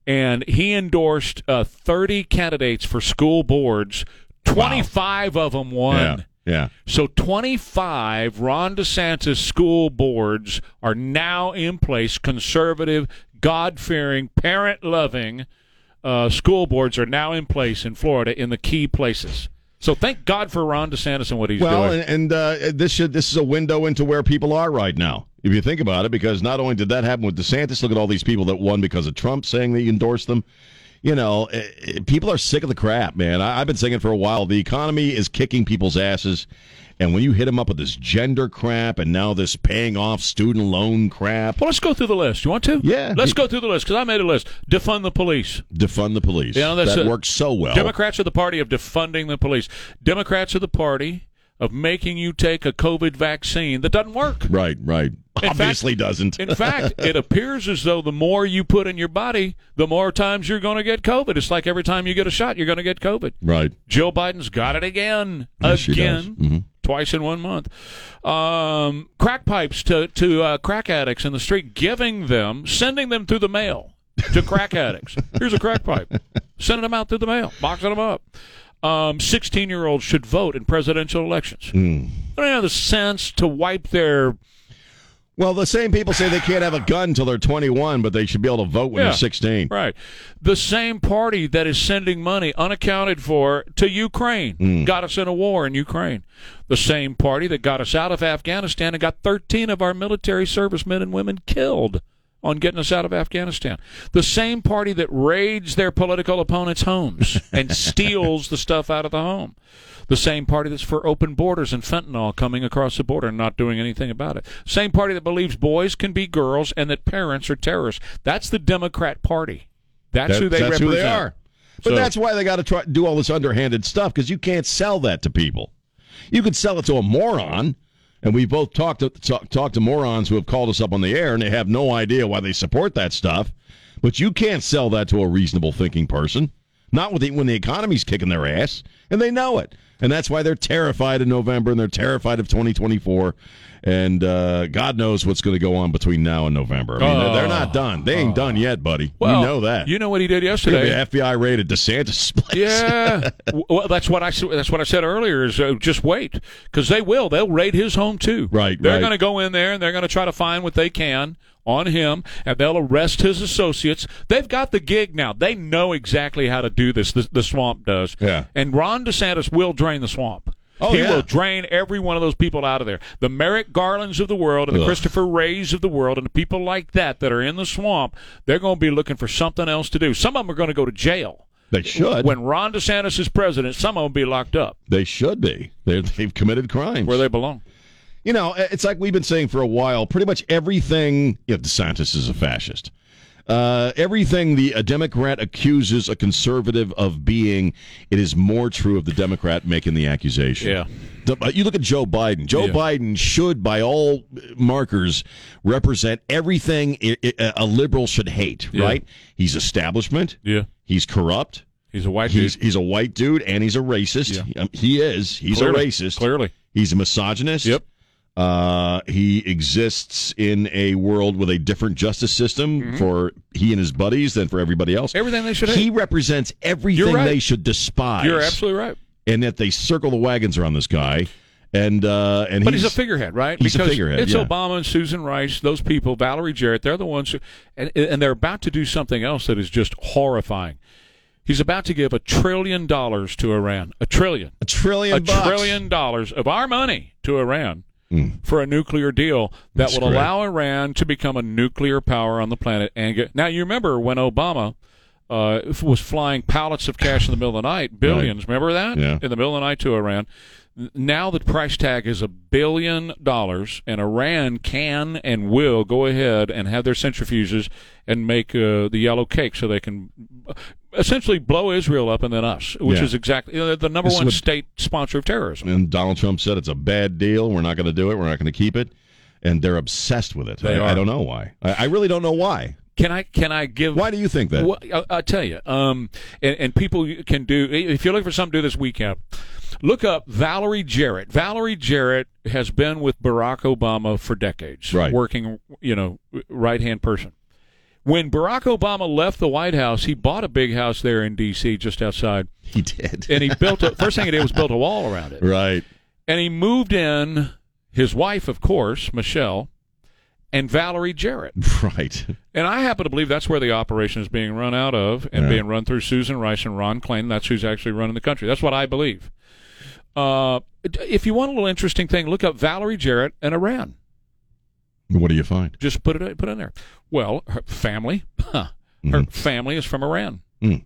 Speaker 2: and he endorsed uh, 30 candidates for school boards. 25 of them won.
Speaker 1: yeah, yeah.
Speaker 2: So 25 Ron DeSantis school boards are now in place. Conservative, God fearing, parent loving uh, school boards are now in place in Florida in the key places. So thank God for Ron DeSantis and what he's
Speaker 1: Well,
Speaker 2: doing.
Speaker 1: and, and uh, this should this is a window into where people are right now, if you think about it, because not only did that happen with DeSantis, look at all these people that won because of Trump saying that he endorsed them. You know, eh, eh, people are sick of the crap, man. I, I've been saying it for a while. The economy is kicking people's asses. And when you hit them up with this gender crap and now this paying off student loan crap,
Speaker 2: well, let's go through the list. You want to?
Speaker 1: Yeah.
Speaker 2: Let's go through the list because I made a list. Defund the police.
Speaker 1: defund the police.
Speaker 2: Yeah, that's
Speaker 1: that
Speaker 2: a-
Speaker 1: works so well.
Speaker 2: Democrats are the party of defunding the police. Democrats are the party of making you take a COVID vaccine that doesn't work.
Speaker 1: right, right.
Speaker 2: In fact-
Speaker 1: Obviously doesn't.
Speaker 2: In fact, it appears as though the more you put in your body, the more times you're going to get COVID. It's like every time you get a shot, you're going to get COVID.
Speaker 1: right.
Speaker 2: Joe Biden's got it again,
Speaker 1: Yes, she does. Mm-hmm.
Speaker 2: again, twice in one month. Um, crack pipes to to uh, crack addicts in the street, giving them, sending them through the mail to crack addicts. Here's a crack pipe, sending them out through the mail, boxing them up. Um, 16 year olds should vote in presidential elections.
Speaker 1: Hmm.
Speaker 2: They don't have the sense to wipe their
Speaker 1: Well, the same people say they can't have a gun till they're 21, but they should be able to vote when
Speaker 2: Yeah.
Speaker 1: they're 16.
Speaker 2: Right. The same party that is sending money unaccounted for to Ukraine
Speaker 1: Hmm.
Speaker 2: got us in a war in Ukraine. The same party that got us out of Afghanistan and got 13 of our military servicemen and women killed on getting us out of Afghanistan. The same party that raids their political opponents' homes and steals the stuff out of the home. The same party that's for open borders and fentanyl coming across the border and not doing anything about it. Same party that believes boys can be girls and that parents are terrorists. That's the Democrat Party. That's
Speaker 1: That-
Speaker 2: who they
Speaker 1: that's
Speaker 2: represent.
Speaker 1: who they are. But
Speaker 2: So-
Speaker 1: that's why they got to try do all this underhanded stuff because you can't sell that to people. You could sell it to a moron, and we both talked to talk, talked to morons who have called us up on the air and they have no idea why they support that stuff. But you can't sell that to a reasonable thinking person, not with the, when the economy's kicking their ass, and they know it. And that's why they're terrified in November and they're terrified of 2024, and uh, God knows what's going to go on between now and November. I mean, they're, they're not done. They ain't done yet, buddy.
Speaker 2: Well,
Speaker 1: Oh. you know that.
Speaker 2: You know what he did
Speaker 1: Could be
Speaker 2: yesterday.
Speaker 1: an FBI raid at DeSantis' place.
Speaker 2: Yeah. W- well, that's what I s- that's what I said earlier. Is uh, just wait because they will. They'll raid his home too.
Speaker 1: Right,
Speaker 2: They're
Speaker 1: right.
Speaker 2: going to go in there and they're going to try to find what they can on him, and they'll arrest his associates. They've got the gig now. They know exactly how to do this. The, the swamp does.
Speaker 1: Yeah.
Speaker 2: And Ron DeSantis will drain the swamp.
Speaker 1: Oh,
Speaker 2: he
Speaker 1: yeah.
Speaker 2: will drain every one of those people out of there. The Merrick Garlands of the world and the
Speaker 1: Ugh.
Speaker 2: Christopher Rays of the world and the people like that that are in the swamp, they're going to be looking for something else to do. Some of them are going to go to jail
Speaker 1: They should.
Speaker 2: when Ron DeSantis is president, some of them be locked up
Speaker 1: they should be. They're, they've committed crimes.
Speaker 2: where they belong.
Speaker 1: you know, it's like we've been saying for a while. Pretty much everything. You know, DeSantis is a fascist. Uh, everything the a Democrat accuses a conservative of being, it is more true of the Democrat making the accusation.
Speaker 2: Yeah.
Speaker 1: The- but you look at Joe Biden. Joe
Speaker 2: Yeah.
Speaker 1: Biden should, by all markers, represent everything i- i- a liberal should hate.
Speaker 2: Yeah.
Speaker 1: Right? He's establishment.
Speaker 2: Yeah.
Speaker 1: He's corrupt.
Speaker 2: He's a white
Speaker 1: He's
Speaker 2: dude.
Speaker 1: he's a white dude and he's a racist. Um, he is. He's
Speaker 2: Clearly.
Speaker 1: a racist.
Speaker 2: Clearly.
Speaker 1: He's a misogynist.
Speaker 2: Yep.
Speaker 1: Uh, he exists in a world with a different justice system for he and his buddies than for everybody else.
Speaker 2: Mm-hmm. Everything they should
Speaker 1: He
Speaker 2: hate.
Speaker 1: represents everything
Speaker 2: right.
Speaker 1: they should despise.
Speaker 2: You're absolutely right.
Speaker 1: And that they circle the wagons around this guy. And uh, and
Speaker 2: But
Speaker 1: he's,
Speaker 2: he's, a figurehead, right?
Speaker 1: he's a
Speaker 2: because
Speaker 1: figurehead,
Speaker 2: It's
Speaker 1: yeah.
Speaker 2: Obama and Susan Rice, those people, Valerie Jarrett. They're the ones who, and, and they're about to do something else that is just horrifying. He's about to give a trillion dollars to Iran. A trillion.
Speaker 1: a trillion
Speaker 2: a
Speaker 1: bucks.
Speaker 2: trillion dollars of our money to Iran for a nuclear deal that
Speaker 1: Hmm. That's
Speaker 2: would
Speaker 1: great.
Speaker 2: allow Iran to become a nuclear power on the planet. And get, now you remember when Obama uh, f- was flying pallets of cash in the middle of the night, billions. Remember that
Speaker 1: Yeah.
Speaker 2: in the middle of the night to Iran. N- Now the price tag is a billion dollars, and Iran can and will go ahead and have their centrifuges and make uh, the yellow cake, so they can uh, essentially blow Israel up and then us, which
Speaker 1: Yeah.
Speaker 2: is exactly you know, the number
Speaker 1: This is
Speaker 2: one
Speaker 1: what-
Speaker 2: state sponsor of terrorism.
Speaker 1: And Donald Trump said it's a bad deal. We're not going to do it. We're not going to keep it. And they're obsessed with it.
Speaker 2: They
Speaker 1: I, I
Speaker 2: are.
Speaker 1: don't know why. I, I really don't know why.
Speaker 2: Can I can I give?
Speaker 1: Why do you think that?
Speaker 2: Well, I- I'll tell you. Um, and, and people you can do if you're looking for something to do this weekend. Look up Valerie Jarrett. Valerie Jarrett has been with Barack Obama for decades,
Speaker 1: Right.
Speaker 2: working, you know, right hand person. When Barack Obama left the White House, he bought a big house there in D.C. just outside,
Speaker 1: He did.
Speaker 2: and he built. A, first thing he did was built a wall around it
Speaker 1: right.
Speaker 2: and he moved in his wife, of course, Michelle, and Valerie Jarrett.
Speaker 1: Right.
Speaker 2: And I happen to believe that's where the operation is being run out of and
Speaker 1: Yeah.
Speaker 2: being run through Susan Rice and Ron Klain. That's who's actually running the country. That's what I believe. Uh, if you want a little interesting thing, look up Valerie Jarrett and Iran.
Speaker 1: What do you find?
Speaker 2: Just put it put it in there. Well, her family, huh, her family is from Iran.
Speaker 1: Hmm.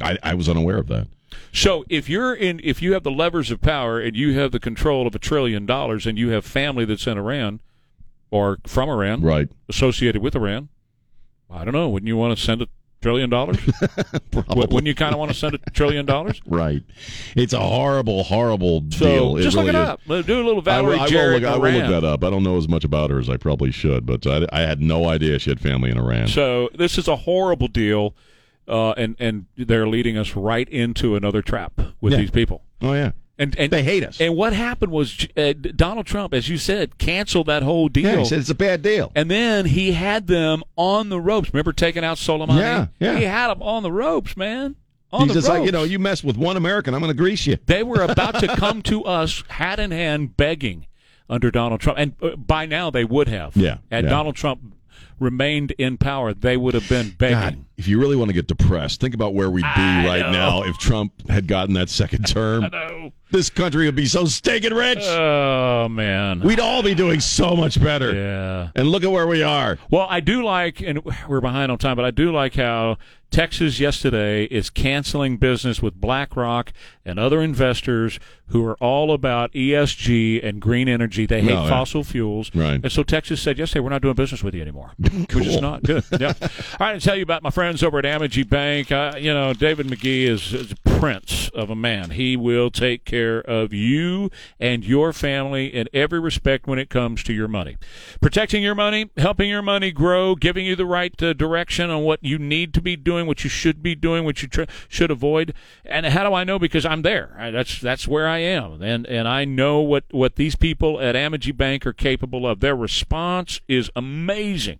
Speaker 1: I, I was unaware of that.
Speaker 2: So if you're in, if you have the levers of power and you have the control of a trillion dollars, and you have family that's in Iran or from Iran,
Speaker 1: Right.
Speaker 2: associated with Iran. I don't know. Wouldn't you want to send a trillion dollars? Wou-
Speaker 1: Probably.
Speaker 2: Wouldn't you kind of want to send a trillion dollars?
Speaker 1: Right. It's a horrible, horrible
Speaker 2: So
Speaker 1: deal.
Speaker 2: just
Speaker 1: really
Speaker 2: look it
Speaker 1: is.
Speaker 2: up. Let's Do a little
Speaker 1: I will,
Speaker 2: Valerie
Speaker 1: I will
Speaker 2: Jarrett.
Speaker 1: look, I will
Speaker 2: Iran.
Speaker 1: look that up. I don't know as much about her as I probably should, but I, I had no idea she had family in Iran.
Speaker 2: So this is a horrible deal, uh, and and they're leading us right into another trap with
Speaker 1: Yeah.
Speaker 2: these people.
Speaker 1: oh, yeah.
Speaker 2: And, and
Speaker 1: They hate us.
Speaker 2: And what happened was uh, Donald Trump, as you said, canceled that whole deal.
Speaker 1: Yeah, he said it's a bad deal.
Speaker 2: And then he had them on the ropes. Remember taking out Soleimani?
Speaker 1: Yeah, yeah.
Speaker 2: He had them on the ropes, man. On
Speaker 1: He's
Speaker 2: the
Speaker 1: just
Speaker 2: ropes.
Speaker 1: like, you know, you mess with one American, I'm going to grease you.
Speaker 2: They were about to come to us hat in hand begging under Donald Trump. And uh, by now they would have.
Speaker 1: Yeah,
Speaker 2: Had
Speaker 1: yeah.
Speaker 2: Donald Trump remained in power, they would have been begging.
Speaker 1: God, if you really want to get depressed, think about where we'd be
Speaker 2: I
Speaker 1: right
Speaker 2: know.
Speaker 1: now if Trump had gotten that second term. This country would be so stinking rich.
Speaker 2: Oh, man.
Speaker 1: We'd all be doing so much better.
Speaker 2: yeah.
Speaker 1: And look at where we are.
Speaker 2: Well, I do like, and we're behind on time, but I do like how Texas yesterday is canceling business with BlackRock and other investors who are all about ESG and green energy. They hate
Speaker 1: No, yeah.
Speaker 2: fossil fuels.
Speaker 1: Right.
Speaker 2: And so Texas said yesterday, we're not doing business with you anymore. We're just not. Good. yeah. All right, I'll tell you about my friends over at Amagi Bank. Uh, you know, David McGee is, is a prince of a man. He will take care of you and your family in every respect when it comes to your money. Protecting your money, helping your money grow, giving you the right uh, direction on what you need to be doing, what you should be doing, what you tr- should avoid. And how do I know? Because I'm there. I, that's that's where I am, and and I know what what these people at Amagi Bank are capable of. Their response is amazing.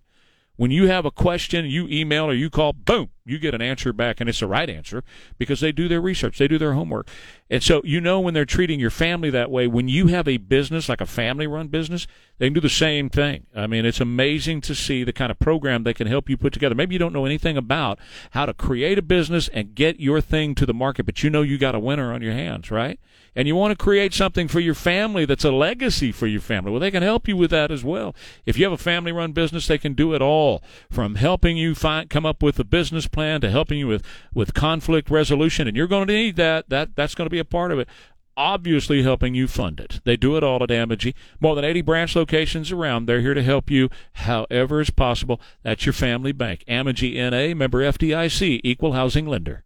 Speaker 2: When you have a question, you email or you call, boom, you get an answer back, and it's the right answer because they do their research, they do their homework. And so you know when they're treating your family that way, when you have a business, like a family run business, they can do the same thing. I mean, it's amazing to see the kind of program they can help you put together. Maybe you don't know anything about how to create a business and get your thing to the market, but you know you got a winner on your hands, right? and you want to create something for your family that's a legacy for your family, well, they can help you with that as well. If you have a family run business, they can do it all from helping you find, come up with a business plan to helping you with, with conflict resolution. And you're going to need that. that. That's going to be a part of it. obviously helping you fund it. They do it all at Amogee. More than 80 branch locations around. They're here to help you however is possible. That's your family bank. Amogee NA, member FDIC, equal housing lender.